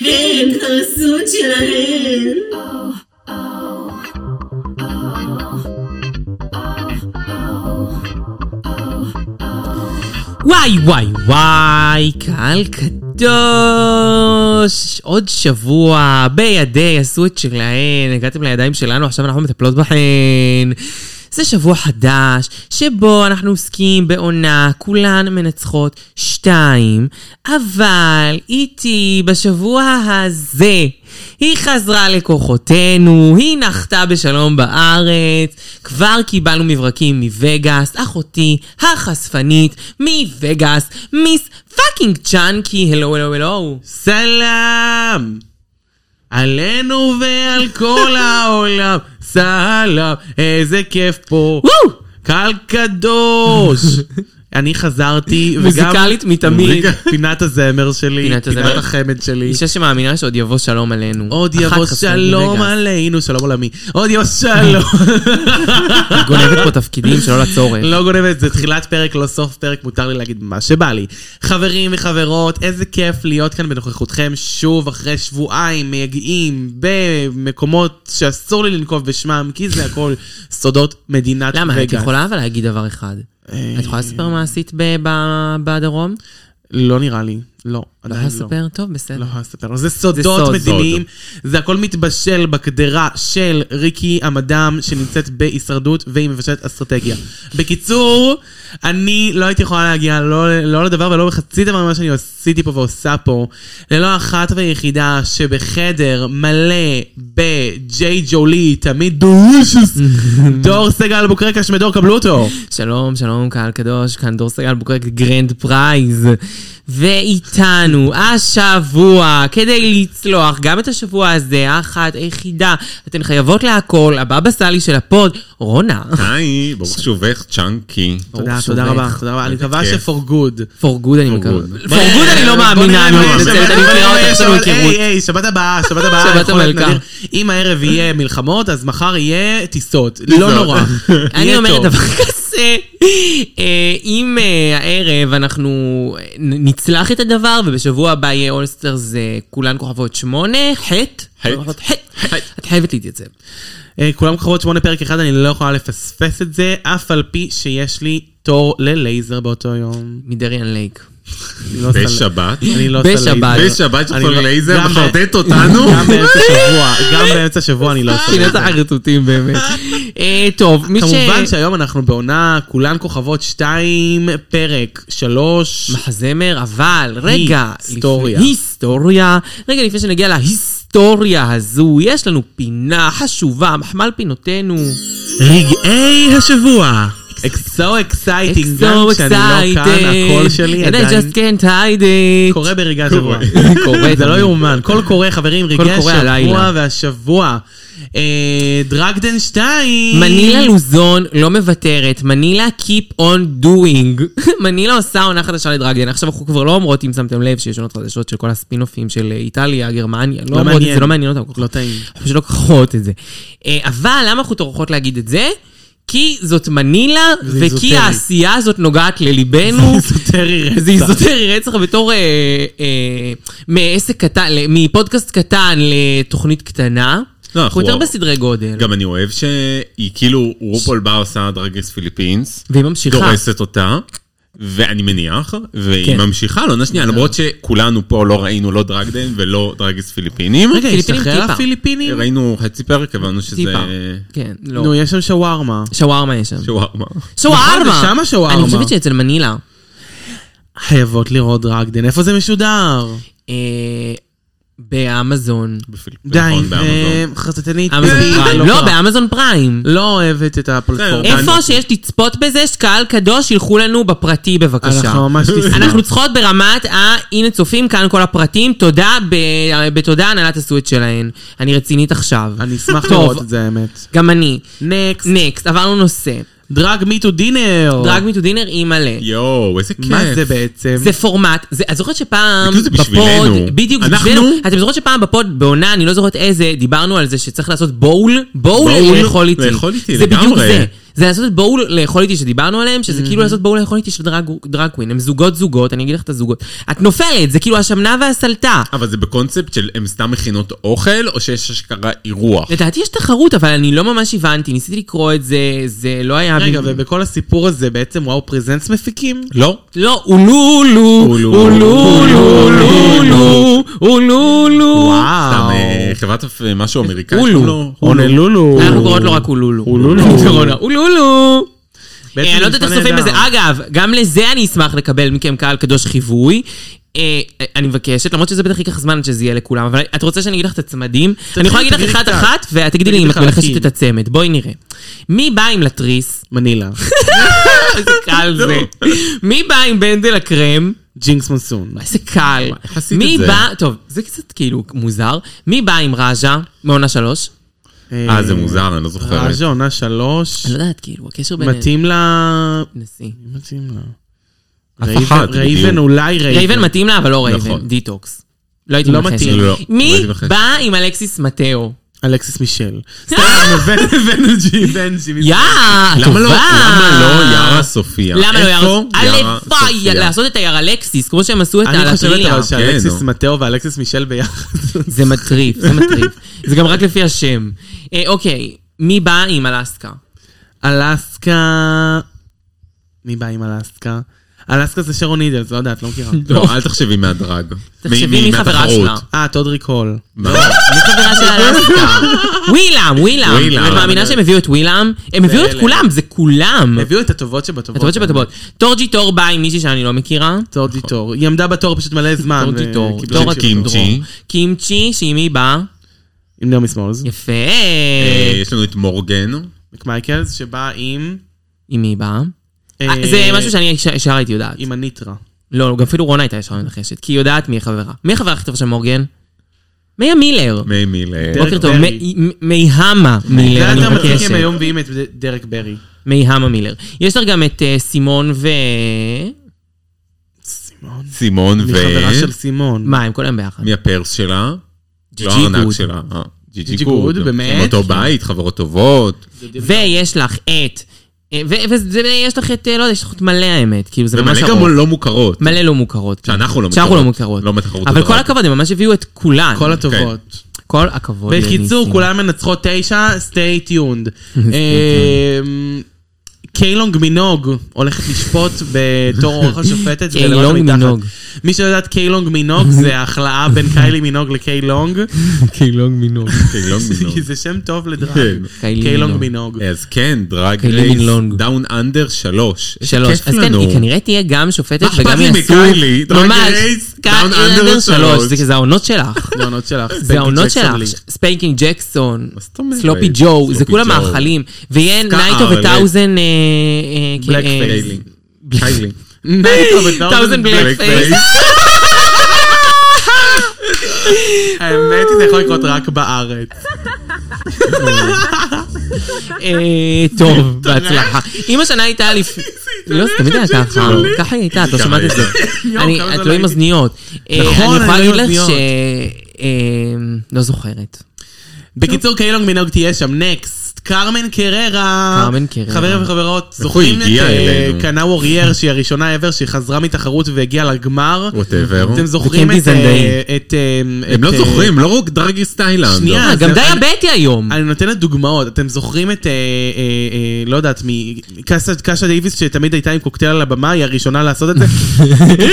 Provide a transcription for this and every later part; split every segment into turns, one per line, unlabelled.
הם הרסו את שלהם.
וואי וואי וואי, קהל קדוש, עוד שבוע, בידי, עשו את שלהן, הגעתם לידיים שלנו, עכשיו אנחנו מטפלות בהן. זה שבוע חדש, שבו אנחנו עוסקים בעונה, כולן מנצחות שתיים, אבל איתי בשבוע הזה, היא חזרה לכוחותינו, היא נחתה בשלום בארץ, כבר קיבלנו מברקים מווגאס, אחותי החשפנית מווגאס, מיס פאקינג צ'אנקי, הלו הלו הלו.
סלאם! עלינו ועל כל העולם, סלאם, איזה כיף פה.
וואו!
קהל קדוש! אני חזרתי, וגם...
מוזיקלית מתמיד.
וגם פינת הזמר שלי,
פינת
פינת,
הזמר.
החמד שלי.
אישה שמאמינה שעוד יבוא שלום עלינו.
עוד
אחת
יבוא
חשפנית
שלום
מווגאס.
עלינו, שלום עולמי. עוד יבוא שלום.
היא גונבת פה תפקידים שלא לצורך.
לא גונבת, זה תחילת פרק, לא סוף פרק, מותר לי להגיד מה שבא לי. חברים וחברות, איזה כיף להיות כאן בנוכחותכם שוב אחרי שבועיים מייגעים במקומות שאסור לי לנקוב בשמם, כי זה הכל סודות מדינת אה, וגאס.
למה? את יכולה אבל להגיד דבר אחד. את יכולה לספר מה עשית ב- ב- בדרום?
לא נראה לי, לא,
לא
עדיין
יכולה
לא.
לספר? טוב, בסדר.
לא יכולה לספר, זה
סוד.
סודות מדיניים, זה הכל מתבשל בקדרה של ריקי המדאם שנמצאת בהישרדות והיא מבשלת אסטרטגיה. בקיצור, אני לא הייתי יכולה להגיע לא, לא לדבר ולא בחצי דבר ממה שאני עשיתי פה ועושה פה, ללא אחת והיחידה שבחדר מלא בג'יי ג'ולי, תמיד דולישוס, דור סגל בוקרקש מדור קבלו אותו.
שלום, שלום, קהל קדוש, כאן דור סגל בוקרקט גרנד פרייז. ואיתנו השבוע, כדי לצלוח גם את השבוע הזה, האחת, היחידה, אתן חייבות להכל, הבבא סאלי של הפוד, רונה.
היי, ברוך שובך צ'אנקי.
תודה,
ברוך
תודה
שובך.
רבה, תודה רבה, אני מקווה
כיף.
שפור גוד.
For good אני מקווה.
good.
For good אני לא מאמינה, אני
בוא נראה,
מתנצלת, אני
בוא
מכירה
נראה,
אותך, יש לנו
אבל
היכרות.
היי, היי, שבת הבאה, שבת הבאה,
שבת
יכול להיות
המלכה.
נדיר. אם הערב יהיה מלחמות, אז מחר יהיה טיסות. לא נורא.
אני
יהיה
אומרת
טוב.
דבר כזה, אה, אם אה, הערב אנחנו אה, נ- נצלח את הדבר, ובשבוע הבא יהיה אולסטר זה כולן כוכבות שמונה, חטא.
חטא.
כוכבות חטא. את חייבת להתייצב.
אה, כולם כוכבות שמונה פרק אחד, אני לא יכולה לפספס את זה, אף על פי שיש לי תור ללייזר באותו יום.
מדריאן לייק.
אני לא עושה-
בשבת.
אני לא עושה
בשבת.
לייזר.
בשבת
אני
שפול
לא-
לייזר
גם ב-
מחרטט אותנו.
גם באמצע שבוע, גם באמצע שבוע אני לא עושה לייזר.
פינת החרטוטים באמת. אה, טוב, מי ש...
כמובן שהיום אנחנו בעונה כולן כוכבות 2, פרק 3.
מחזמר, אבל רגע,
היסטוריה.
לפני- היסטוריה. רגע לפני שנגיע להיסטוריה הזו, יש לנו פינה חשובה, מחמל פינותינו.
רגעי השבוע. It's so exciting, גם
It's so
כשאני לא כאן,
excited.
הקול שלי
And I
עדיין
just can't hide it.
קורה ברגעי השבוע.
קורה,
זה לא
תמיד.
יאומן, קול קורא חברים,
קול
רגעי
קורא הלילה.
השבוע והשבוע. אה, דרגדן 2.
מנילה לוזון לא מוותרת, מנילה keep on doing. מנילה עושה עונה חדשה לדרגדן. עכשיו אנחנו כבר לא אומרות, אם שמתם לב, שיש עונות חדשות של כל הספינופים של אה, איטליה, גרמניה. לא אומרות את זה,
מעניין.
לא מעניין אותם. כל כך.
לא טעים.
אנחנו פשוט לא כוחות את זה. אה, אבל למה אנחנו טורחות להגיד את זה? כי זאת מנילה,
זה
וכי
איזוטרי.
העשייה הזאת נוגעת לליבנו.
איזוטרי
זה
רצח.
איזוטרי רצח בתור אה, אה, מעסק קטן, ל- מפודקאסט קטן לתוכנית קטנה.
לא,
אנחנו יותר
אנחנו-
בסדרי גודל.
גם אני אוהב שהיא כאילו, רופול באה עושה דרגס פיליפינס,
והיא ממשיכה.
דורסת אותה, ואני מניח, והיא
כן.
ממשיכה לעונה
לא.
שנייה, למרות שכולנו פה לא ראינו לא דרגדן ולא דרגס פיליפינים.
רגע, פיליפינים
השתחרר
טיפה.
הפיליפינים?
ראינו חצי פרק, הבנו שזה...
טיפה. כן, לא.
נו, יש שם שווארמה.
שווארמה יש שם.
שווארמה.
שווארמה!
נכון, זה שמה שווארמה.
אני חושבת שאצל מנילה.
חייבות לראות דרגדן, איפה זה משודר?
אה, באמזון.
בפיליפ-
די,
נכון,
אה,
באמזון.
חרטטנית.
אמזון
אה,
פריים.
לא
לא,
קרה.
באמזון פריים.
לא אוהבת את הפלטפורמה. אה,
בסדר,
איפה שיש לצפות בזה, שקהל קדוש, ילכו לנו בפרטי בבקשה.
אנחנו ממש נשמח.
אנחנו צריכות ברמת ה... הנה צופים, כאן כל הפרטים, תודה, ב... בתודה הנהלת עשו את שלהן. אני רצינית עכשיו.
אני אשמח
טוב.
לראות את זה, האמת.
גם אני.
נקסט.
נקסט, עברנו נושא.
דרג מי טו דינר.
דרג מי טו דינר היא מלא.
יואו, איזה כיף.
מה זה בעצם?
זה פורמט, זה, את זוכרת שפעם
כאילו זה בשבילנו.
בדיוק, זה
אנחנו?
בשבילנו, אתם זוכרות שפעם בפוד, בעונה, אני לא זוכרת איזה, דיברנו על זה שצריך לעשות בול, בול,
בול,
לאכול איתי.
לאכול איתי,
זה בדיוק
לגמרי. Mm-hmm.
זה. זה לעשות את בואו לאכול איתי שדיברנו עליהם, שזה כאילו לעשות בואו לאכול איתי של דרג- דרג קווין. הם זוגות זוגות, אני אגיד לך את הזוגות. את נופלת, זה כאילו השמנה והסלטה.
אבל זה בקונספט של הם סתם מכינות אוכל, או שיש אשכרה אירוח?
לדעתי יש תחרות, אבל אני לא ממש הבנתי, ניסיתי לקרוא את זה, זה לא היה...
רגע,
ב-
ובכל הסיפור הזה בעצם וואו פרזנס מפיקים?
לא.
לא, אולולו,
אולולו,
אולולו, אולולו.
סתם אה, חברת אה, משהו אמריקאי.
אולו.
לא.
הונלולו.
אנחנו קוראות לו רק אולולו.
אולולו.
קורונה, אולולו.
בעצם
אה, אני לא יודעת איך
נשמע
צופים בזה.
נהדר.
אגב, גם לזה אני אשמח לקבל מכם קהל קדוש חיווי. אה, אני מבקשת, למרות שזה בטח ייקח זמן עד שזה יהיה לכולם, אבל את רוצה שאני אגיד לך את הצמדים? אני יכולה להגיד לך
תגידי קצת.
אחת-אחת, ואת תגידי לי
תגידי
אם את מלחשת
חלקים.
את הצמד. בואי נראה. מי בא עם לתריס?
מנילה.
אה, איזה קל זה. מי בא עם בנדל הקרם?
ג'ינקס מונסון.
איזה קל.
איך עשית
מי
את זה?
בא, טוב, זה קצת כאילו מוזר. מי בא עם רג'ה מעונה שלוש?
אה, זה מוזר, אני לא
אה,
זוכרת.
רג'ה עונה אה, שלוש.
אני לא יודעת, כאילו, הקשר ביניהם.
מתאים לה...
נשיא.
מתאים לה.
אף
רייבן-
אחת,
רייבן
בדיוק.
אולי
רייבן
רייבן.
מתאים לה, אבל לא רייבן.
נכון.
דיטוקס. לא הייתי
לא
מנחשת.
מתאים.
לא, לא
מי
הייתי מנחש.
בא עם אלכסיס מתאו?
אלכסיס מישל. סתם, ו- ונג'י, בנג'י. מי-
יא, טובה.
למה לא, למה לא יארה סופיה?
למה לא יארה?
איפה יארה
הלוואי
סופיה?
לעשות את היארה אלכסיס, כמו שהם עשו את
אני חושבת
האלטריה.
אבל שאלכסיס
כן, נו.
מתאו ואלכסיס מישל ביחד.
זה מטריף, זה מטריף. זה גם רק לפי השם. אה, אוקיי, מי בא עם אלסקה?
אלסקה... מי בא עם אלסקה? אלסקה זה שרון אידלס, לא יודעת, לא מכירה.
לא, אל תחשבי מהדרג.
תחשבי מי חברה
מהתחרות.
שלה.
אה, טודריק הול.
מה?
מי חברה של אלסקה? ווילאם, ווילאם.
ווילאם.
את מאמינה שהם הביאו את ווילאם? הם הביאו את
ואלה.
כולם, זה כולם.
הביאו את הטובות שבטובות.
הטובות שבטובות. טורג'י טור בא עם מישהי שאני לא מכירה.
טורדי טור. היא עמדה בתור פשוט מלא זמן.
טורג'י טור.
וקיבלה
טור
של קימצ'י.
הדרור. קימצ'י, שהיא מי באה?
עם נעמי סמוז.
יפה.
אה, יש לנו את מורגן.
מקמייקלס, שבא עם...
עם מי באה?
אה,
אה, זה משהו שאני ישר- ישר הייתי יודעת.
עם הניטרה.
לא, לא, גם אפילו רונה הייתה ישר מנחשת, כי היא יודעת מי החברה. מי החברה הכי טובה של מורגן? מיה מילר.
מי מילר.
דרק
בוקר טוב,
ברי.
מי- מי- מיהמה מילר, אני
זה אתה מצחיק
מבקשת.
אם היום מביאים את דרק ברי.
מיהמה מילר. יש לך גם את אה, סימון ו...
סימון.
סימון ו...
היא חברה של סימון.
מה, הם כל היום ביחד.
מי הפרס שלה?
ג'י
לא
ג'י
הארנק
גוד.
שלה. אה,
ג'י ג'י גוד, באמת?
הם אותו בית, חברות טובות.
ויש לך את... אה, ו- וזה- ויש לך את, אה, לא יודע, יש לך את מלא האמת, כאילו זה ממש
ומלא
ארוך.
גם לא מוכרות.
מלא לא מוכרות. כן.
שאנחנו לא
שאנחנו לא
מוכרות.
מוכרות.
לא בתחרות
אבל
הדרג.
כל הכבוד, הם ממש הביאו את כולן.
כל הטובות.
אוקיי. כל הכבוד.
בקיצור,
לניסים.
כולן מנצחות תשע, stay tuned. אמ, קיילונג מינוג הולכת לשפוט בתור אורח השופטת.
קיילונג
ולמטה מתחת.
מינוג.
מי שלא יודעת, קיילונג מינוג זה ההכלאה בין קיילי מינוג לקיילונג,
קיילונג מינוג.
כן, לא מבינות.
כי זה שם טוב לדרג.
כן.
קיילי
קיילונג
מינוג.
מינוג.
אז כן, דרג
קיילי
רייס,
מינלונג.
דאון אנדר שלוש. איזה
שלוש.
כיף
אז כן,
לנו.
היא כנראה תהיה גם שופטת
מה אכפת
וגם
לי
יעשו...
מקיילי? דרג
ממש.
רייס,
קייל
דאון אנדר
אנדר שלוש.
שלוש.
זה- זה העונות שלך.
זה העונות שלך.
זה העונות
ג'קסון
שלך.
לי.
ספייקינג ג'קסון,
מה זאת אומרת? אה,
סלופי ג'ו, זה
סלופי
כולם
ג'ו.
מאכלים. ויהיה
סקאר,
נייטו
ל-
וטאוזן... אה,
בלק פייס.
קיילי. קיילי.
טאוזן בלק
בלק
פייס.
פייס.
האמת היא, זה יכול לקרות רק בארץ.
אה, טוב, בהצלחה. אם השנה הייתה לפני... לא, זה תמיד היה ככה, ככה היא הייתה, את לא
כמה
שמעת את זה.
הייתה?
יואו,
אני-
כמה זה
את
לא
לא עם
הייתי.
אוזניות. אה,
נכון,
אני יכולה
אני לא
להגיד
עם
לך
אוזניות.
ש... אה, לא זוכרת.
בקיצור, קיילונג מינוג תהיה שם נקסט. קרמן קררה.
קרמן קררה.
חברים וחברות,
היא
זוכרים את
הגיעה
אה,
אלינו?
קנה וורייר, שהיא הראשונה ever, שהיא חזרה מתחרות והגיעה לגמר.
ווטאבר.
אתם זוכרים
וקנדי
את... אה,
זנדאי.
את, אה, את,
הם לא
אוקיי.
אה,
זוכרים, לא רק דרגיס תאילנד.
שנייה.
אה,
אז
גם
אני- אה,
דיאבטי היום.
אני נותן את דוגמאות, אתם זוכרים את, אה, אה, אה, לא יודעת, מקאסה קאשה דייוויס שתמיד הייתה עם קוקטייל על הבמה, היא הראשונה לעשות את זה. בקיצור,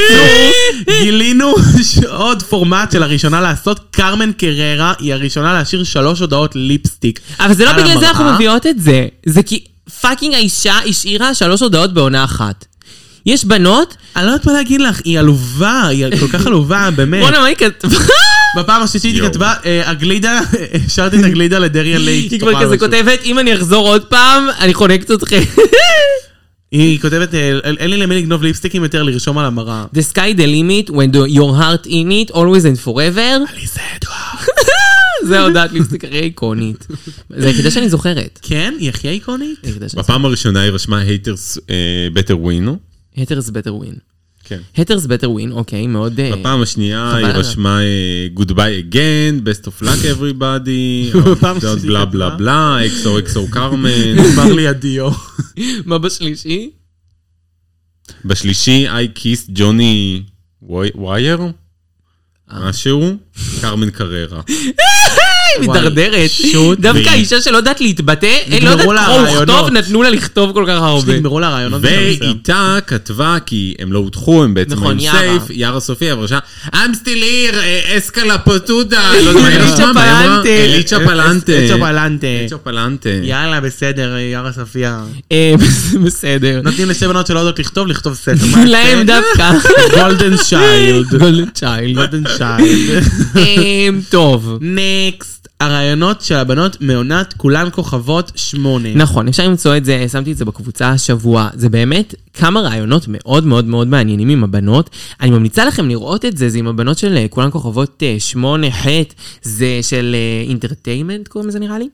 גילינו עוד פורמט של הראשונה לעשות, קרמן קררה היא הראשונה להשאיר שלוש הודעות ליפסטיק.
אבל זה לא
על
בגלל זה אנחנו
המראה.
מביאות את זה. זה כי פאקינג האישה השאירה שלוש הודעות בעונה אחת. יש בנות,
אני לא יודעת מה להגיד לך, היא עלובה, היא כל כך עלובה, באמת.
בואנה מה היא כתבה?
בפעם השלישית היא
יואו.
כתבה, אה, הגלידה, השארתי את הגלידה לדריה לייק.
היא כבר
בפעם
כזה
השלישית.
כותבת, אם אני אחזור עוד פעם, אני חונקת אתכם.
היא כותבת, אה, אין לי למי לגנוב ליפסטיקים יותר לרשום על המראה.
The sky the limit, when the- your heart in it, always and forever.
עליזה אדואר.
זה הודעת ליפסטיק הכי איקונית. זה היחידה שאני זוכרת.
כן, היא הכי איקונית?
זה היחידה שאני זוכרת.
בפעם הראשונה היא רשמה haters אה, better win.
Haters better win.
כן.
haters better win, אוקיי, מאוד... אה,
בפעם השנייה
חבל
היא
עליו.
רשמה אה, Goodbye again, best of luck everybody,
בפעם
עוד
השלישית
בלה
כתבה.
בלה בלה, אקסו אקסו קרמן.
נגמר לי הדיו.
מה בשלישי?
בשלישי, I kissed ג'וני ווייר, משהו,
אה.
קרמן קרררה.
היא מידרדרת.
שוט.
דווקא
והיא-
אישה שלא יודעת להתבטא, אה, לא
נגמרו
יודעת
לה
קרוא וכתוב,
הרעיונות.
נתנו לה לכתוב כל כך הרבה.
נגמרו לה הרעיונות.
ואיתה כתבה כי הם לא הודחו, הם בעצם
נכון,
היו
יארה.
סייף, יארה סופיה, בראשה, I'm still here, אה, אסקלה פטודה, לא יודע מה
אה,
היא
אה, אליצ'ה
רשמה, אבל היא אמרה,
פלנטה.
אליצ'ה פלנטה,
אליצ'ה פלנטה.
אליצ'ה פלנטה,
יאללה, בסדר, יארה ספיה.
אה, בסדר.
נותנים לשתי בנות שלא יודעות לכתוב, לכתוב ספר. מה
להם
זה?
דווקא.
גולדן שיילד.
גולדן צ'יילד.
גולדן שיילד.
אמ, טוב.
נקסט, הרעיונות של הבנות מעונת כולן כוכבות שמונה.
נכון, אפשר למצוא את זה, שמתי את זה בקבוצה השבוע. זה באמת כמה רעיונות מאוד מאוד מאוד מעניינים עם הבנות. אני ממליצה לכם לראות את זה, זה עם הבנות של אה, כולן כוכבות אה, שמונה, ח', זה של אינטרטיימנט, קוראים לזה נראה לי.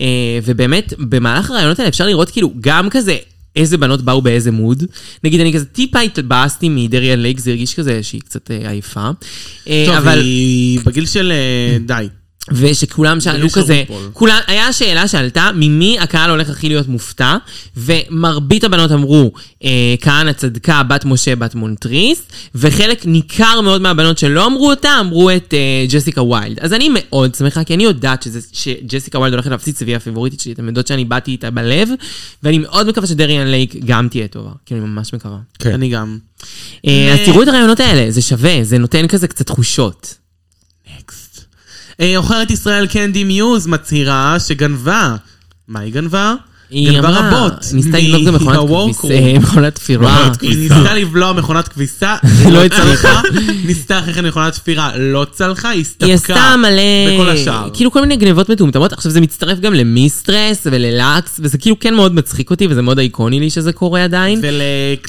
אה, ובאמת, במהלך הרעיונות האלה אפשר לראות כאילו גם כזה... איזה בנות באו באיזה מוד. נגיד, אני כזה טיפה התלבאסתי מדריה לייק, זה הרגיש כזה שהיא קצת אה, עייפה. אה,
טוב,
אבל-
היא בגיל של אה, די.
ושכולם שאלו
של
כזה,
רופול.
כולם, היה שאלה שעלתה, ממי הקהל הולך הכי להיות מופתע, ומרבית הבנות אמרו, אה, כהנא צדקה, בת משה, בת מונטריס, וחלק ניכר מאוד מהבנות שלא אמרו אותה, אמרו את אה, ג'סיקה ויילד. אז אני מאוד שמחה, כי אני יודעת שזה, שג'סיקה ויילד הולכת להפסיד, והיא הפיבוריטית שלי, אתם יודעות שאני באתי איתה בלב, ואני מאוד מקווה שדריאן לייק גם תהיה טובה, כאילו, אני ממש מקווה.
כן.
אני גם.
אה, אז
ו-
תראו את הרעיונות האלה, זה שווה, זה נותן כזה קצת תחושות.
נקסט. אה, עוכרת ישראל קנדי מיוז מצהירה שגנבה. מה היא גנבה?
היא
גנבה
אמרה,
רבות.
ניסתה לגנוב גם מכונת
מה-Woke
כביס,
Room.
אה, מכונת תפירה.
מכונת
היא
כביסה.
ניסתה לבלוע מכונת כביסה,
לא
לא
הצליחה.
הצלחה. ניסתה אחרי כן מכונת ספירה, לא צלחה, היא הסתפקה.
היא עשתה
בכל השאר.
מלא, כאילו כל מיני גנבות מטומטמות, עכשיו זה מצטרף גם למיסטרס וללאקס, וזה כאילו כן מאוד מצחיק אותי, וזה מאוד איקוני לי שזה קורה עדיין.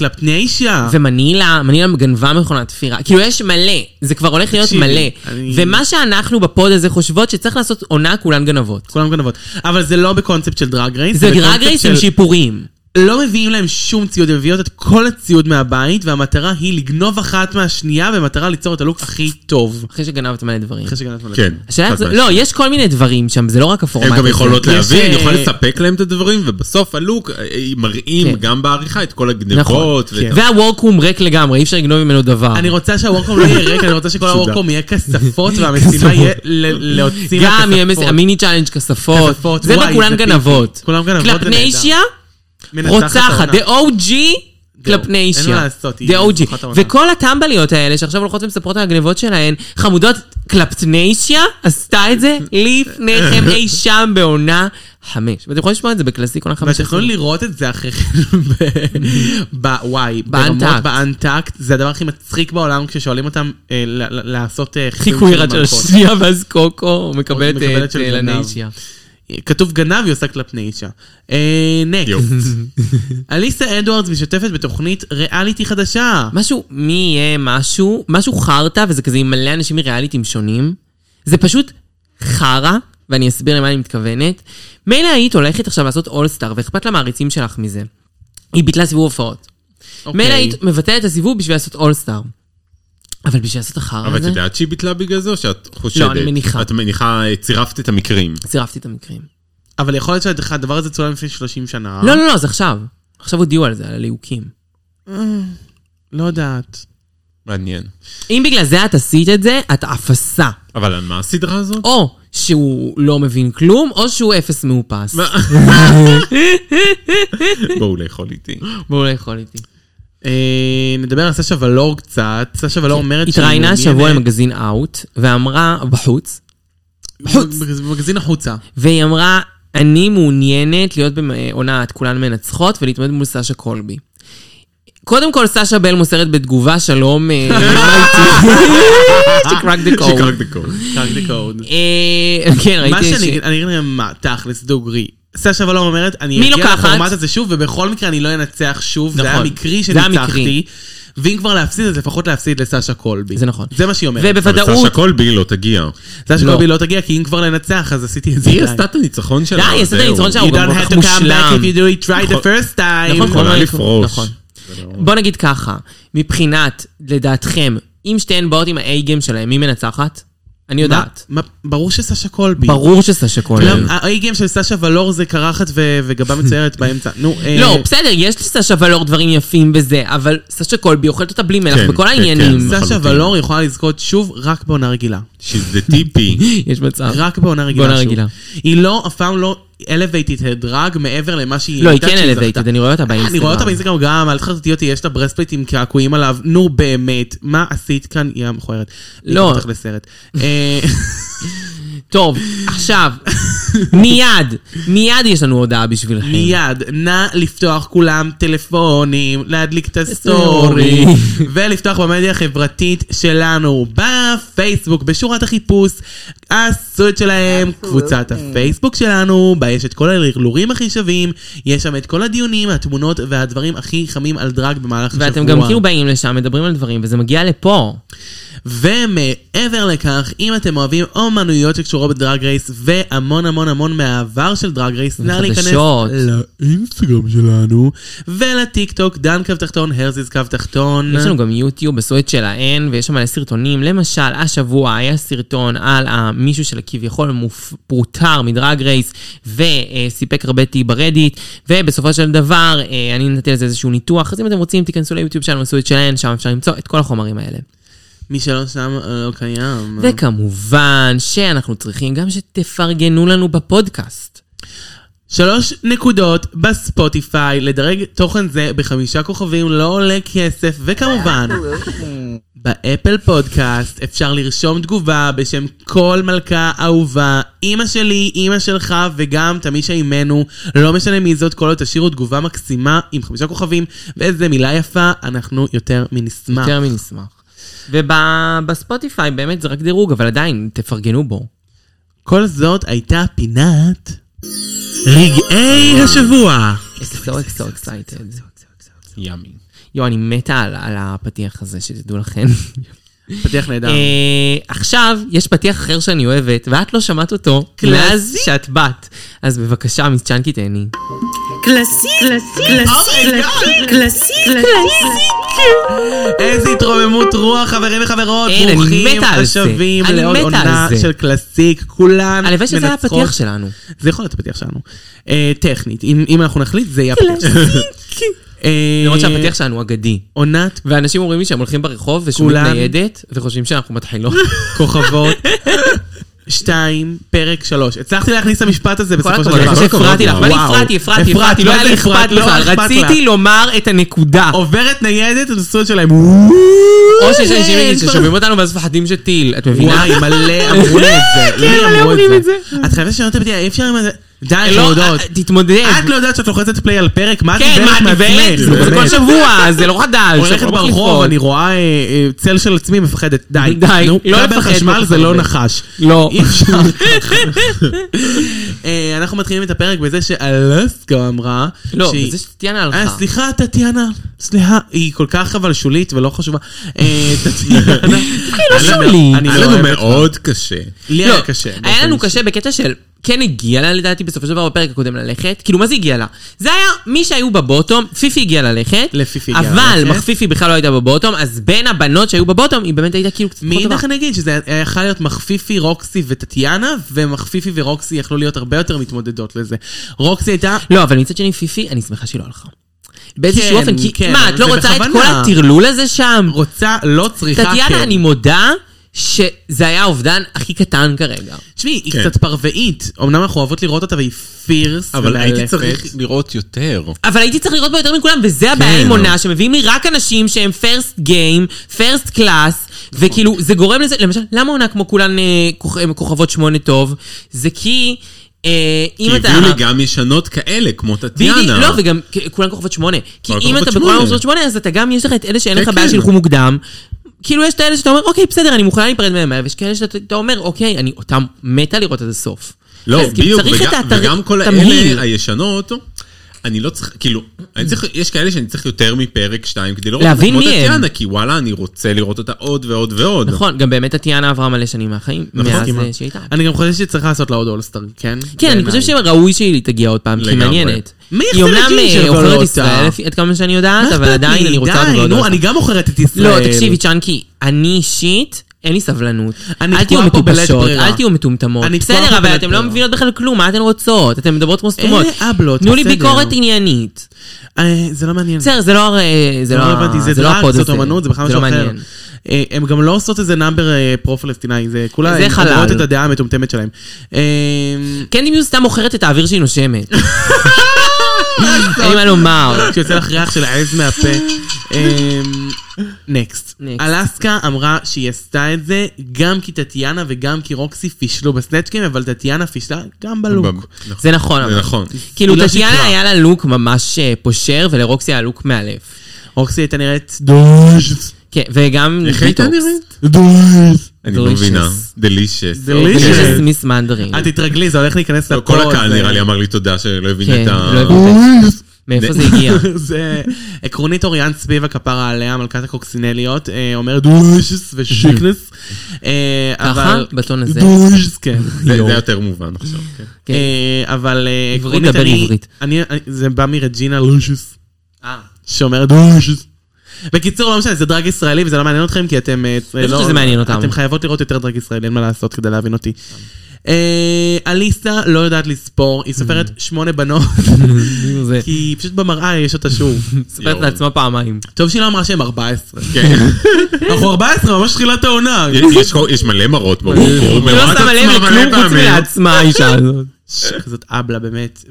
ולקלפניישה.
ומנילה, מנילה גנבה מכונת תפירה. כאילו, יש מלא, זה כבר הולך להיות
תקשיבי,
מלא.
אני-
ומה שאנחנו בפוד הזה חושבות, שצריך לעשות עונה כולן גנבות.
כולם גנבות. אבל זה לא בקונספט של דרג רייס.
זה
בקונספט
דרג רייס עם
של-
שיפורים.
לא מביאים להם שום ציוד, הם מביאות את כל הציוד מהבית, והמטרה היא לגנוב אחת מהשנייה במטרה ליצור את הלוק הכי טוב.
אחרי שגנבת מלא דברים.
אחרי שגנבת מלא.
כן.
השאלה,
חד
זה-
משמעית.
לא, יש כל מיני דברים שם, זה לא רק הפורמט.
הם גם
הזה.
יכולות להבין,
אה,
יכול לספק להם את הדברים, ובסוף הלוק אה, אה, מראים
כן.
גם בעריכה את כל
נכון,
הגנבות. ואת
כן. והוורקרום ריק לגמרי, אי אפשר לגנוב ממנו דבר.
אני רוצה שהוורקום לא יהיה ריק, אני רוצה שכל
תודה.
הוורקום יהיה כספות, והמשימה יהיה ל- להוציא
גם יהיה מס-
מהכספות.
המיני צ'אלנג' כספות,
כספות,
זה
וואי,
בכולן
זה
גנבות.
פיפי. כולם גנבות, זה נהדר.
קלפניישיה,
מנצחת
רוצחת,
העונה.
the OG. קלפניישיה.
אין מה לעשות, היא
The OG.
מנצחת העונה.
וכל הטמבליות האלה שעכשיו הולכות ומספרות על הגנבות שלהן, חמודות, קלפניישיה עשתה את זה לפניכם אי שם בעונה חמש. ואתם יכולים לשמוע את זה בקלאסיק עונה חמש.
ואתם יכולים לראות את זה אחרי כן ב- בוואי,
באנטקט.
ברמות באנטקט, זה הדבר הכי מצחיק בעולם כששואלים אותם אה, ל- ל- לעשות אה,
חיקוי
של
רד של
מלכות.
השנייה, ואז קוקו מקבלת
מקבלת
את
של
אה,
גנב.
לניישיה.
כתוב גנב, היא עושה כלפני אישה.
יו.
נקסט. אליסה אדוארדס משתפת בתוכנית ריאליטי חדשה.
משהו, מי יהיה משהו, משהו חרטא, וזה כזה עם מלא אנשים מריאליטים שונים. זה פשוט חרא, ואני אסביר למה אני מתכוונת. מילא היית הולכת עכשיו לעשות אולסטאר, ואכפת למעריצים שלך מזה. היא ביטלה סיבוב הופעות.
אוקיי.
מילא היית מבטלת את הסיבוב בשביל לעשות אולסטאר. אבל בשביל לעשות החרא
אבל את
הזה,
יודעת שהיא ביטלה בגלל זה, או שאת חושדת?
לא, אני מניחה.
את מניחה, אה, צירפת את המקרים.
צירפתי את המקרים.
אה?
אבל יכול להיות שהדבר הזה צולם לפני 30 שנה.
לא, לא, לא, זה עכשיו. עכשיו הודיעו על זה, על הליהוקים.
לא יודעת.
מעניין.
אם בגלל זה את עשית את זה, את אפסה.
אבל על מה הסדרה הזאת?
או שהוא לא מבין כלום, או שהוא אפס מאופס.
מה? בואו לאכול איתי.
בואו לאכול לא איתי.
אה, נדבר על סשה ולור קצת. סשה ולור אומרת
כן. התראיינה השבוע
מעוניינת-
למגזין אאוט, ואמרה, בחוץ, בחוץ.
במגז- במגזין החוצה.
והיא אמרה, אני מעוניינת להיות בעונת כולן מנצחות ולהתמודד מול סשה קולבי. קודם כל, סשה בל מוסרת בתגובה, שלום, אה, מה איתי? שקרק דה קור.
שיקרק דקור.
קרק דה קוד.
כן,
מה
ראיתי ש...
שאני אני אגיד לכם מה, תכלס דוגרי. סשה ולום אומרת,
מי
אני אגיע
לוקחת?
לפורמט הזה שוב, ובכל מקרה אני לא אנצח שוב, זה היה
נכון.
מקרי
זה היה מקרי.
שניצחתי. ואם כבר להפסיד, אז לפחות להפסיד לסשה קולבי.
זה נכון.
זה מה שהיא אומרת.
אבל סשה
ובוודאות,
קולבי לא תגיע.
סשה
לא.
קולבי לא תגיע, כי אם כבר לנצח, אז עשיתי את זה.
היא
די.
עשתה את הניצחון שלה.
די, היא עשתה את
זהו.
הניצחון שלה,
You
הוא גם
don't
כל כך
have to come back
מושלם.
if you do it right
נכון.
the first time.
נכון,
יכולה
נכון,
לפרוש.
נכון. בוא נגיד ככה, מבחינת, לדעתכם, אם שתיהן באות עם האייגם שלהן, מי מנצחת? אני יודעת. לא,
מה- מה- ברור שסשה קולבי.
ברור שסשה כהן.
גם האי-גיים של סשה ולור זה קרחת ו- וגבה מצוירת באמצע. נו, אה,
לא, בסדר, יש לסשה ולור דברים יפים בזה, אבל סשה קולבי אוכלת אותה בלי מלח
כן,
בכל
כן,
העניינים.
כן.
סשה
לחלוטין.
ולור יכולה לזכות שוב רק בעונה רגילה.
שזה טיפי.
יש מצב.
רק בעונה רגילה.
אה? בעונה
שוב.
רגילה.
היא לא, אף פעם לא elevated head drag מעבר למה שהיא...
לא, היא
הייתה
כן
כשהיא זכתה.
אלווייטד, אני רואה אותה באינסטגרם.
אני רואה אותה באינסטגרם גם, אל תחרטטי אותי, יש לה ברספליט עם קעקועים עליו. נו באמת, מה עשית כאן, היא המכוערת.
לא.
אני אקח אותך לסרט. אה,
טוב, עכשיו, מיד, מיד יש לנו הודעה בשבילכם.
כן. מיד, נא לפתוח כולם טלפונים, להדליק את הסטורי,
סטורי.
ולפתוח במדיה החברתית שלנו, בפייסבוק, בשורת החיפוש, הסוד שלהם, קבוצת
אה.
הפייסבוק שלנו, בה יש את כל הלרלורים הכי שווים, יש שם את כל הדיונים, התמונות והדברים הכי חמים על דרג במהלך השבוע.
ואתם גם כאילו באים לשם, מדברים על דברים, וזה מגיע לפה.
ומעבר לכך, אם אתם אוהבים אומנויות שקשורות בדרג רייס והמון המון המון מהעבר של דרג רייס, נא להיכנס לא,
חדשות.
לאינסטגרם שלנו ולטיק טוק, דן קו תחתון, הרזיז קו תחתון.
יש לנו גם יוטיוב בסוויט שלהן, ויש שם מלא סרטונים. למשל, השבוע היה סרטון על מישהו שכביכול מופ- פוטר מדרג רייס, וסיפק הרבה טי ברדיט, ובסופו של דבר, אה, אני נתתי לזה איזשהו ניתוח, אז אם אתם רוצים, תיכנסו ליוטיוב שלנו בסוויט שלהן, שם אפשר למצוא את כל החומרים האלה.
מי שלא שם אה, לא קיים.
וכמובן שאנחנו צריכים גם שתפרגנו לנו בפודקאסט.
שלוש נקודות בספוטיפיי, לדרג תוכן זה בחמישה כוכבים לא עולה כסף, וכמובן, באפל פודקאסט אפשר לרשום תגובה בשם כל מלכה אהובה, אימא שלי, אימא שלך, וגם תמישה אימנו, לא משנה מי זאת, כל עוד תשאירו תגובה מקסימה עם חמישה כוכבים, ואיזה מילה יפה, אנחנו יותר מנשמח.
יותר מנשמח. ובספוטיפיי באמת זה רק דירוג, אבל עדיין, תפרגנו בו.
כל זאת הייתה פינת רגעי השבוע.
It's so so excited.
ימי.
יואו, אני מתה על, על הפתיח הזה, שתדעו לכם.
פתח נהדר.
אה, עכשיו, יש פתיח אחר שאני אוהבת, ואת לא שמעת אותו,
קלאסי.
מאז שאת בת. אז בבקשה, מיס צ'אנקי תהני.
קלאסי, קלאסי,
Oh
קלאסי, קלאסי, קלאסי.
איזה התרוממות רוח, חברים וחברות,
אין, אני
ברוכים
מתה על זה.
השבים
אני
לעוד
מתה על
עונה
זה.
של קלאסיק, כולן
הלוואי שזה היה
מנצחות.
הפתיח שלנו.
זה יכול להיות הפתיח שלנו. אה, טכנית, אם אם אנחנו נחליט, זה יהיה הפתיח שלנו. אה,
למרות שהפתיח שלנו הוא אגדי.
עונת
ואנשים אומרים לי שהם הולכים ברחוב ושומעים
כולן.
ניידת, וחושבים שאנחנו מתחילות.
כוכבות. שתיים, פרק שלוש. הצלחתי להכניס את המשפט הזה
כל
בסופו
הכבוד,
של
אני
דבר.
חושב שהפרעתי לך. אבל אני
וואו.
הפרעתי, הפרעתי,
הפרעת,
הפרעתי, לא היה לי
הפרעת,
אכפת
לא
בכלל.
אכפת
רציתי
לך.
לומר את הנקודה.
עוברת ניידת, הנשואים שלהם.
או שיש אנשים נגיד
כבר
ששומעים אותנו ואז מפחדים שטיל, את מבינה? לא,
וואי, מלא אמרו לי את זה. לי
מלא
כן, אמרו
אומרים את
את אה, חייבת לשנות את הפתיח, אי אפשר עם זה. די,
לא,
להודות.
תתמודד.
את לא יודעת שאת לוחצת פליי על פרק? מה את
כן,
עיוורת
מה, את עיוורת?
מעצמך?
זה כל
באמת.
שבוע, זה לא חדש.
הולכת
אנחנו לא
ברחוב,
מחליפות.
אני רואה אה, אה, צל של עצמי מפחדת. די.
די,
נו,
לא
כבל
לפחד
חשמל
כל כך
זה לא
הרבה.
נחש.
לא.
אי אפשר. אה, אנחנו מתחילים את הפרק בזה שאלסקה אמרה...
לא,
שהיא-
זה שטטיאנה הלכה.
אה, סליחה, טטיאנה. סליחה, היא כל כך אבל שולית ולא חשובה. אה, טטיאנה. אני-
שולית.
אני
היה
לא
לנו
אוהבת אותה.
מאוד קשה.
לי
לא,
היה קשה.
היה לנו
באופן אישי.
קשה בקטע של... כן הגיע לה לדעתי בסופו של דבר בפרק הקודם ללכת, כאילו מה זה הגיע לה? זה היה מי שהיו בבוטום, פיפי הגיעה ללכת,
לפיפי הגיעה
אבל
ללכת.
מחפיפי בכלל לא הייתה בבוטום, אז בין הבנות שהיו בבוטום היא באמת הייתה כאילו קצת פחות טובה.
מאידך נגיד שזה היה יכול להיות מחפיפי, רוקסי וטטיאנה, ומחפיפי ורוקסי יכלו להיות הרבה יותר מתמודדות לזה. רוקסי הייתה...
לא, אבל מצד שני פיפי, אני שמחה שהיא לא הלכה. באיזשהו אופן, כי
כן,
מה,
אבל
את לא
זה
רוצה את
בכוונה.
כל הטרלול הזה שם?
רוצה, לא צריכה, כן.
טטיאנה, אני מודה שזה היה האובדן הכי קטן כרגע.
תשמעי, היא
כן.
קצת פרוואית. אמנם אנחנו אוהבות לראות אותה והיא פירס.
אבל הייתי
ולאלפת.
צריך לראות יותר.
אבל הייתי צריך לראות בו יותר מכולם, וזה הבעיה עם
אבל-
עונה, שמביאים לי רק אנשים שהם פרסט גיים, פרסט קלאס, וכאילו, זה גורם לזה, למשל, למה עונה כמו כולן אה, כוכ- אה, כוכבות שמונה טוב? זה כי... אה, אם
כי
אתה...
הביאו לי גם ישנות כאלה, כמו
בדיוק,
טטיאנה.
לא, וגם כ- כולן כוכבות שמונה. כי
כולן
אם
כוכבות
אתה
שמונה.
בכולן כוכבות שמונה, אז אתה גם, יש לך את אלה שאין
כן,
לך בעיה
כן.
שילכו מוקדם. כאילו יש את האלה שאתה אומר, אוקיי, בסדר, אני מוכנה להיפרד מהם, ויש כאלה שאתה אתה אומר, אוקיי, אני אותם מתה לראות עד הסוף.
לא,
אז כאילו,
בדיוק,
צריך את
וגם-
התר-
וגם כל
תמהיל.
האלה הישנות, אני לא צריך, כאילו, אני צריך, יש כאלה שאני צריך יותר מפרק 2 כדי לראות
להבין
כמו
מי הם.
טטיאנה, כי וואלה, אני רוצה לראות אותה עוד ועוד ועוד.
נכון, גם באמת טטיאנה עברה מלא שנים מהחיים,
נכון,
מאז
כמעט.
אה, שהיא איתה.
אני גם חושב שצריך לעשות לה עוד אולסטאר, כן?
כן, אני
בעיניי.
חושב שראוי שהיא תגיע עוד פעם, כי היא
לגמרי.
מעניינת.
מי
היא
יחזיר
אומנם
לג'ינג'ר
אה,
ולא
עוכרת
אותה?
ישראל, לפי- עד כמה שאני יודעת,
מה
אבל
אכפת
עדיין
לי?
אני רוצה אותה
די,
ועוד לא
נו,
אותה.
אני גם מוכרת את ישראל.
לא, תקשיבי, צ'אנקי, אני אישית, אין לי סבלנות.
אני
אל תהיו
תקועה פה בלית
מטופשות,
ברירה.
אל תהיו מטומטמות.
אני תקועה פה
בסדר, אבל
בלית
אתן
ברירה.
לא מבינות בכלל כלום, מה אתן רוצות? אתן מדברות כמו סתומות.
אלה אבלות,
תנו לי
בסדר.
ביקורת עניינית.
אה, זה לא מעניין.
בסדר, זה לא הרי- זה
זה לא
לא
רלוונטי, זה
זה לא
דרג,
הפוד
זאת
הזה.
אומנות, זה בכלל
לא
משהו אחר.
מעניין.
אה, הם גם לא עושות איזה נאמבר פרו פלסטיני, זה כולה,
זה
הם
חלל.
חברות את הדעה המטומטמת שלהם. אה,
קנדי מיוז סתם מוכרת את האוויר שהיא נושמת. אין לי מה לומר.
כשיוצא לך ריח של העז מהפה. נקסט.
Next.
אלסקה אמרה שהיא עשתה את זה גם כי טטיאנה וגם כי רוקסי פישלו בסנאצ'קים, אבל טטיאנה פישלה גם בלוק.
נכון.
זה נכון. אבל.
זה נכון.
כאילו,
היא לא
טטיאנה
שיקרה.
היה לה לוק ממש אה, פושר, ולרוקסי היה לוק מאלף.
רוקסי הייתה נראית דושט.
כן, וגם
איך הייתה
ביטוקס.
נראית?
דושט.
אני לא
Delicious.
מבינה. דלישס.
Delicious.
זה מיס מנדרין.
את תתרגלי, זה הולך להיכנס
לא,
לפוד.
כל הקהל
זה-
נראה לי אמר לי תודה שלא הבין
כן,
את ה...
לא הבין. מאיפה זה הגיע?
זה עקרונית אוריאן ספיבה כפרה עליה, מלכת הקוקסינליות, אה, אומרת דושס ושיקנס. אה,
ככה?
אבל-
בטון הזה.
דושס, כן.
זה זה יותר מובן עכשיו. כן.
כן.
אה, אבל אה,
עברית,
עקרונית
דבר
אני-
עברית.
אני, אני- זה בא מרג'ינה לושס,
אה,
שאומרת דושס. בקיצור, לא משנה, זה דרג ישראלי וזה לא מעניין אתכם, כי אתם... אה,
אני חושב שזה מעניין אותם.
אתם חייבות לראות יותר דרג ישראלי, אין מה לעשות כדי להבין אותי. אה, אליסה לא יודעת לספור, היא סופרת שמונה בנות,
כאילו, זה-
כי היא פשוט במראה יש אותה שוב.
מספרת לעצמה פעמיים.
טוב שהיא לא אמרה שהם 14.
כן.
אנחנו 14, ממש תחילת העונה.
יש- יש מלא מראות ברור. היא
היא לא שמה לב לכלום חוץ מלעצמה, האישה הזאת.
ש- כזאת אבלה באמת.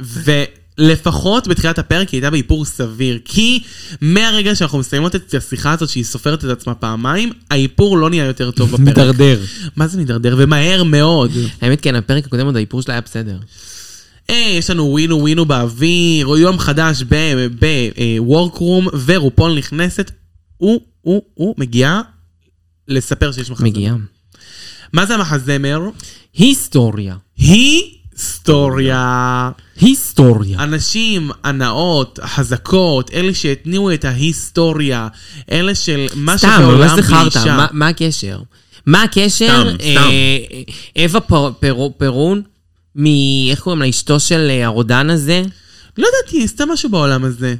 ולפחות בתחילת הפרק היא הייתה באיפור סביר, כי מהרגע שאנחנו מסיימות את השיחה הזאת שהיא סופרת את עצמה פעמיים, האיפור לא נהיה יותר טוב בפרק.
מידרדר.
מה זה מידרדר? ומהר מאוד.
האמת כן, הפרק הקודם עוד האיפור שלה היה בסדר.
אה, יש לנו ווינו ווינו באוויר, יום חדש בוורקרום, ורופול נכנסת, הוא, הוא, הוא מגיעה לספר שיש מחזמר.
מגיעה.
מה זה המחזמר?
היסטוריה.
היסטוריה.
היסטוריה.
הנשים הנאות, החזקות, אלה שהתניעו את ההיסטוריה, אלה של מה
סתם, ממש
שבעולם
זכרת, מה- מה הקשר? מה הקשר?
סתם,
אה,
סתם.
אה, אווה פר- פרו- פרון, מ... איך קוראים לה? אשתו של אה, הרודן הזה?
לא ידעתי, היא עשתה משהו בעולם הזה.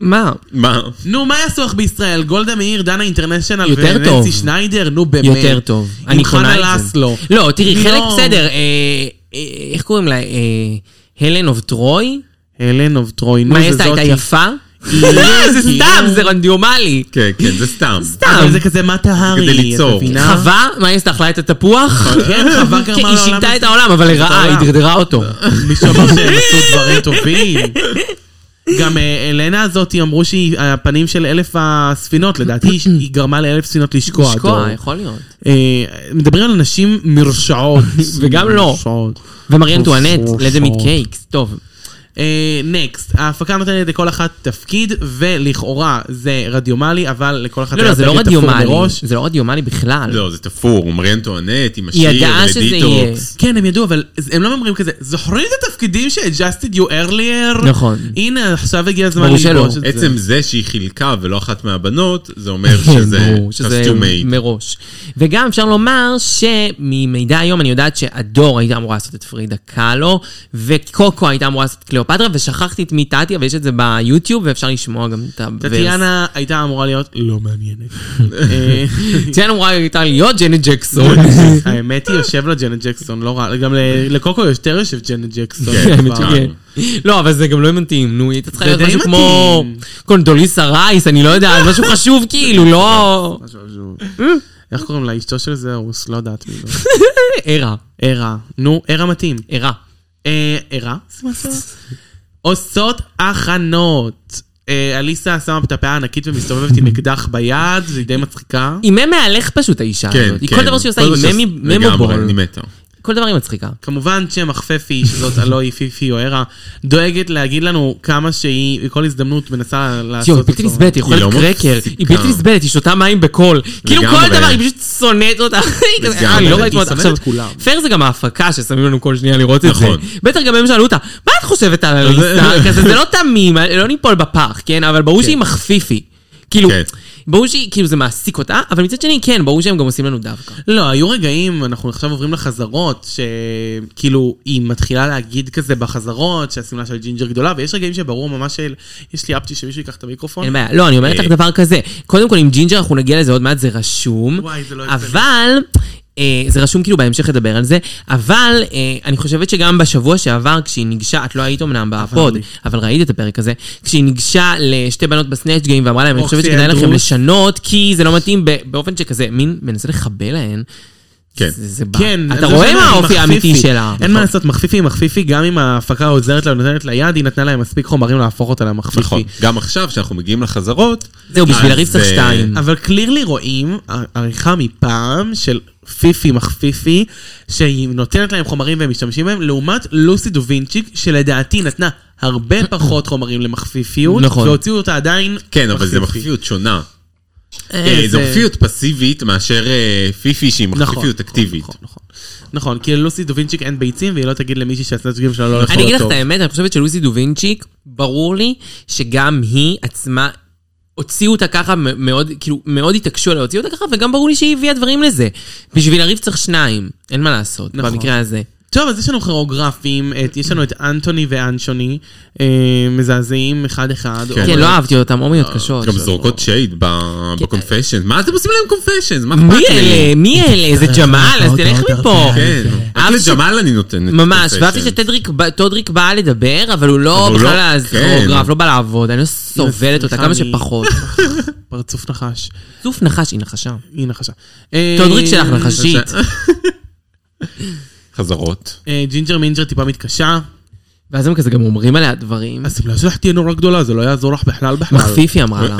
מה?
מה?
נו, מה יעשו לך בישראל? גולדה מאיר, דנה אינטרנשיונל
יותר טוב.
שניידר? נו באמת.
יותר טוב. אני קונה
עם חנה
את זה.
לסלו.
לא, תראי,
לא.
חלק בסדר. אה, אה, איך קוראים לה? אה, הלן אוף טרוי?
הלן אוף טרוי, נו,
מה,
זה
היא עשתה?
זאתי.
הייתה יפה? לא,
היא-
זה סתם,
כאילו-
זה רנדיומלי.
כן, כן, זה סתם.
סתם.
אבל זה כזה מה טהרי,
כדי ליצור.
את מבינה?
חווה? מה היא עשתה? אכלה את התפוח?
כן, חווה גרמה
כן, היא
לעולם
שינתה
הזה.
את העולם, אבל לרעה, היא
העולם.
דרדרה אותו.
מישהו אמר שהם עשו דברים טובים. גם אה, אלנה הזאתי אמרו שהיא הפנים של אלף הספינות, לדעתי היא- היא גרמה לאלף ספינות לשקוע.
שקוע,
דור.
יכול להיות.
אה, מדברים על נשים מרשעות.
וגם לא.
מרשעות.
ומרי אנטואנט,
אוף,
לזה מיט
אוף.
קייקס, טוב.
נקסט, אה, ההפקה נותנת לכל אחת תפקיד, ולכאורה זה רדיומלי, אבל לכל אחת
לא, לא,
היה
זה לא
תפקיד תפור
רדיומלי,
מראש.
זה לא רדיומלי בכלל.
לא, זה תפור, מרי אנטואנט עם
היא
השיר,
ידעה שזה יהיה.
ודיטוקס.
כן, הם ידעו, אבל הם לא אומרים כזה, זוכרים את התפקידים שהדג'סטד you earlier?
נכון.
הנה, עכשיו הגיע הזמן
ברור שלא.
ללבוש את זה.
עצם זה שהיא חילקה ולא אחת מהבנות, זה אומר שזה
כן, ברור, שזה
קסטיומייט.
מראש. וגם אפשר לומר שממידע היום אני יודעת שהדור הייתה אמורה לעשות את פרידה קאלו, וקוקו הייתה אמורה לעשות את קליאופטרה, ושכחתי את מי טטיה, ויש את זה ביוטיוב, ואפשר לשמוע גם את הוורס.
טטיאנה הייתה אמורה להיות לא מעניינת. אה,
טטיאנה אמורה הייתה להיות ג'נט ג'קסון.
האמת היא, יושב לה ג'נט ג'קסון, לא רע. גם ל- לקוקו יותר יושב ג'נט ג'קסון.
כן,
כבר.
האמת
כן. לא, אבל זה גם לא מתאים, נו, היא הייתה צריכה
זה
להיות
די
משהו כמו
מתאים.
קונדוליסה רייס, אני לא יודעת, משהו חשוב כאילו, לא...
איך קוראים לה? אשתו של זה רוס, לא יודעת מי. זה.
אה, ערה,
ערה. נו, ערה מתאים.
ערה.
אה, ערה? סימן שאלה. עושות הכנות. אה, אליסה שמה את הפאה הענקית ומסתובבת עם אקדח ביד, והיא די מצחיקה.
היא מ"ם מהלך פשוט, האישה
כן,
הזאת. היא
כן.
כל דבר שהיא עושה
כל
היא
מה
מ"ם-
שעושה- לגמרי,
ממובול.
אני מתה.
כל דבר היא מצחיקה.
כמובן שמחפפי, שזאת הלוי פיפי או ערה, דואגת להגיד לנו כמה שהיא, בכל הזדמנות מנסה לעשות...
תראו, היא בלתי
אותו.
נסבלת, היא
היא
אוכלת
לא
קרקר,
מפסיקה.
היא בלתי נסבלת, היא שותה מים בקול. כאילו כל דבר, היא פשוט שונאת אותה. היא כזה, אה, אני לא
לגמרי.
ראיתי
היא
אותה.
שונאת
עכשיו,
את כולם.
פייר זה גם ההפקה ששמים לנו כל שנייה לראות את זה.
נכון.
בטח גם הם שאלו אותה, מה את חושבת על אליסה? כזה, זה לא תמים, לא ניפול בפח, כן? אבל ברור שהיא מחפיפי. כאילו,
כן.
ברור שכאילו זה מעסיק אותה, אבל מצד שני, כן, ברור שהם גם עושים לנו דווקא.
לא, היו רגעים, אנחנו עכשיו עוברים לחזרות, שכאילו, היא מתחילה להגיד כזה בחזרות, שהשמלה של ג'ינג'ר גדולה, ויש רגעים שברור ממש של, יש לי אפצ'י שמישהו ייקח את המיקרופון.
אין בעיה. לא, אני אומרת לך
אה.
דבר כזה. קודם כל, עם ג'ינג'ר אנחנו נגיע לזה עוד מעט, זה רשום.
וואי, זה לא יפה לי.
אבל... אה, זה רשום כאילו בהמשך לדבר על זה, אבל אה, אני חושבת שגם בשבוע שעבר כשהיא ניגשה, את לא היית אמנם בפוד,
לי.
אבל ראית את הפרק הזה, כשהיא ניגשה לשתי בנות בסנאצ' גיים ואמרה להם, אני
אוקסי
חושבת שכדאי לכם
אנדרוס."
לשנות, כי זה לא מתאים ב- באופן שכזה, מין מנסה לחבל להן.
כן.
זה, זה בא.
כן,
אתה
אני
רואה
חושב
מה
שהיא
האופי האמיתי
מחפיפי.
שלה. נכון?
אין מה לעשות, מחפיפי היא מחפיפי, גם אם ההפקה עוזרת לה ונותנת לה יד, היא נתנה להם מספיק חומרים להפוך אותה למחפיפי.
נכון. גם עכשיו, כשאנחנו מגיעים לחזרות...
זהו, בשביל
אז,
לריב צריך
אה,
שתיים.
אבל קלירלי רואים עריכה מפעם של פיפי מחפיפי, שהיא נותנת להם חומרים והם משתמשים בהם, לעומת לוסי דווינצ'יק, שלדעתי נתנה הרבה פחות חומרים למחפיפיות,
נכון.
והוציאו אותה עדיין
כן, אבל זה מחפיפיות שונה. אה, זה מחפיפיות פסיבית מאשר אה, פיפי שהיא
נכון,
מחפיפיות
נכון,
אקטיבית.
נכון, נכון. נכון, כי ללוסי דווינצ'יק אין ביצים, והיא לא תגיד למישהי שהסנטגים שלה לא הולך
נכון. אני
לא
אגיד לך
טוב.
את האמת, אני חושבת שלוסי דובינצ'יק, ברור לי שגם היא עצמה, הוציאו אותה ככה מ- מאוד, כאילו, מאוד התעקשו עליה, הוציאו אותה ככה, וגם ברור לי שהיא הביאה דברים לזה. בשביל לריב צריך שניים, אין מה לעשות,
נכון.
במקרה הזה.
טוב, אז יש לנו כוריאוגרפים, את- יש לנו את אנטוני ואנשוני, אה, מזעזעים אחד-אחד.
כן.
כן, לא אהבתי אותם, הומיות קשות.
גם זורקות שייד בקונפשן. מה אתם עושים להם קונפשן? מה
כן. מי
אכפת לי?
אלה? מי אלה? זה ג'מאל, אז תלך מפה.
כן. רק
אהבתי ש-
לג'מאל אני נותן את
ממש,
confession.
ואהבתי שטודריק ב- טודריק בא לדבר, אבל הוא לא
אבל הוא
בכלל
לא-
אז
כן.
כוריאוגרף, לא בא לעבוד, אני לא סובלת אותה
סליחה,
כמה
אני-
שפחות.
פרצוף נחש.
צוף נחש, היא נחשה.
היא נחשה. אה,
טודריק שלך נחשית.
חזרות.
אה, ג'ינג'ר מינג'ר טיפה מתקשה.
ואז הם כזה גם אומרים עליה דברים.
השמלה שלך תהיה נורא גדולה, זה לא יעזור לך בכלל בכלל.
מחפיפי אמרה לה.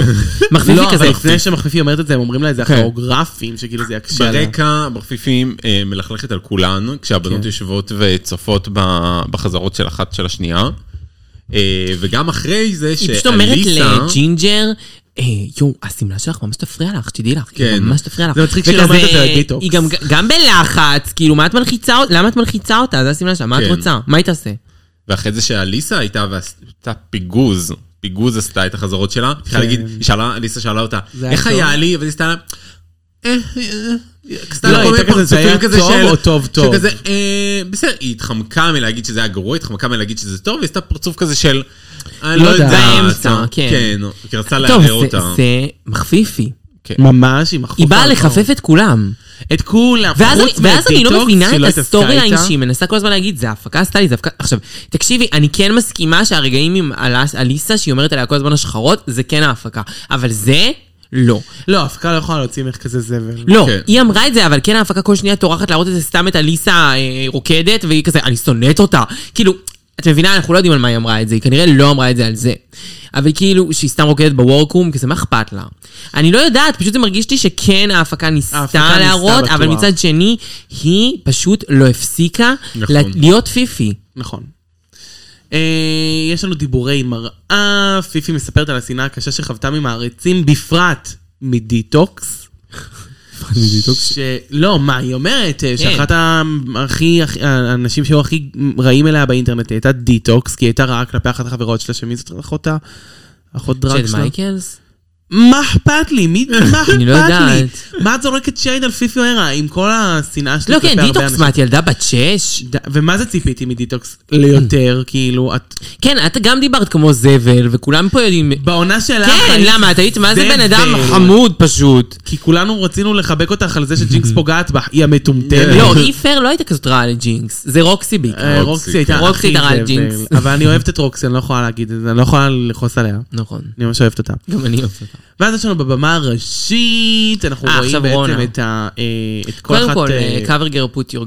מחפיפי
לא,
כזה.
אבל לפני שמחפיפי אומרת את זה, הם אומרים לה את זה
כן.
הכוריאוגרפים, שכאילו זה יקשה עליה.
ברקע, ברפיפים אה, מלכלכת על כולן,
כן.
כשהבנות יושבות וצופות ב- בחזרות של אחת של השנייה. אה, וגם אחרי זה
היא פשוט אומרת
שאליסה...
לג'ינגר, "אה, יואו, השמלה שלך ממש תפריע לך, שתדעי לך, כאילו,
כן.
ממש תפריע לך.
זה מצחיק שהיא לא
וכזה,
אומרת את זה לדיטוקס.
היא גם- גם בלחץ, כאילו, מה את מלחיצה אותה? למה את מלחיצה אותה? זה השמלה שלה, מה את
כן.
רוצה? מה היא תעשה?
ואחרי זה שאליסה הייתה ועשתה פיגוז, פיגוז עשתה את החזרות שלה, התחילה להגיד, היא שאלה, אליסה שאלה אותה,
כן. זה היה
איך
טוב?"
היה לי? ואז היא עשתה לה, "אה, אה, אה." עשתה
לא,
לה כל
הייתה
מיני
כזה, "זה היה
פרצופים כזה של...
טוב או טוב, טוב?"
שכזה, "אה, בסדר, היא התחמקה מלהגיד שזה היה גרוע, התחמקה מלהגיד שזה טוב, והיא עשתה פרצוף כזה של... אני
לא
לא יודעת.
יודעת."
באמצע, כן.
כן, כי רצה
טוב,
לערער
זה-
אותה.
זה מחפיפי.
ממש, היא מחפיפה.
היא באה
על
לחפף את כולם.
את כולם,
ואז אני-
חוץ
ואז אני
מהדיטוקס
לא מבינה
שלא
את
התעסקה
הסטורי ליין
איתה.
שהיא מנסה כל הזמן להגיד, זה ההפקה עשתה לי, זה הפקה... עכשיו, תקשיבי, אני כן מסכימה שהרגעים עם אל- אליסה, שהיא אומרת עליה כל הזמן השחרות, זה כן ההפקה. אבל זה, לא.
לא, ההפקה לא יכולה להוציא ממך כזה זבל.
לא,
כן.
היא אמרה את זה, אבל כן ההפקה כל שנייה טורחת להראות את זה סתם את אליסה אה, רוקדת, והיא כזה, אני שונאת אותה. כאילו, את מבינה, אנחנו לא יודעים על מה היא אמרה את זה, היא כנראה לא אמרה את זה על זה. אבל כאילו, שהיא סתם רוקדת בוורקום, כזה, מה אכפת לה? אני לא יודעת, פשוט זה מרגיש לי שכן ההפקה
ההפקה
ניסתה
ניסתה
להראות, אבל
בטוח.
מצד שני, היא פשוט לא הפסיקה
נכון.
לה- להיות פיפי.
נכון. אה, יש לנו דיבורי מראה, פיפי מספרת על השנאה הקשה שחוותה ממעריצים, בפרט מדיטוקס. שלא, מה, היא אומרת
כן.
אה, שאחת הכי, הכי- האנשים שהיו הכי רעים אליה באינטרנט היא הייתה דיטוקס, כי היא הייתה רעה כלפי אחת החברות שלה, שמי זאת אחותה? אחות דרג
ג'ד
שלה?
מייקלס?
מה אכפת לי? מי, מה אכפת
אני לא
לי?
יודעת.
מה את זורקת שייד על פיפי אוהרה עם כל השנאה שלי
לא,
כלפי
כן,
הרבה
דיטוקס,
אנשים?
מה, את ילדה בת שש?
ד- ומה זה ציפיתי מדיטוקס ליותר, כאילו, את...
כן, את גם דיברת כמו זבל, וכולם פה יודעים...
בעונה שלך...
כן,
היית
למה? את היית, מה זה בן אדם
זבל.
חמוד פשוט.
כי כולנו רצינו לחבק אותך על זה שג'ינקס פוגעת בך, היא המטומטמת.
לא, אי פר לא הייתה כזאת רעה לג'ינקס, זה רוקסי בעיקר.
אה, רוקסי הייתה
רוקסי
הכי
הייתה רע על
זבל.
ג'ינקס.
אבל אני אוהבת את רוקסי, אני לא יכולה להגיד את זה, אני לא יכולה לכעוס עליה.
נכון,
אני ממש אוהבת אותה.
גם אני אוהבת אותה.
ואז יש לנו בבמה הראשית, אנחנו
אה,
רואים
עכשיו
בעצם
רונה.
את ה- אה, את כל
קודם
אחת...
כל,
אה,
קאבר גר פוט יור...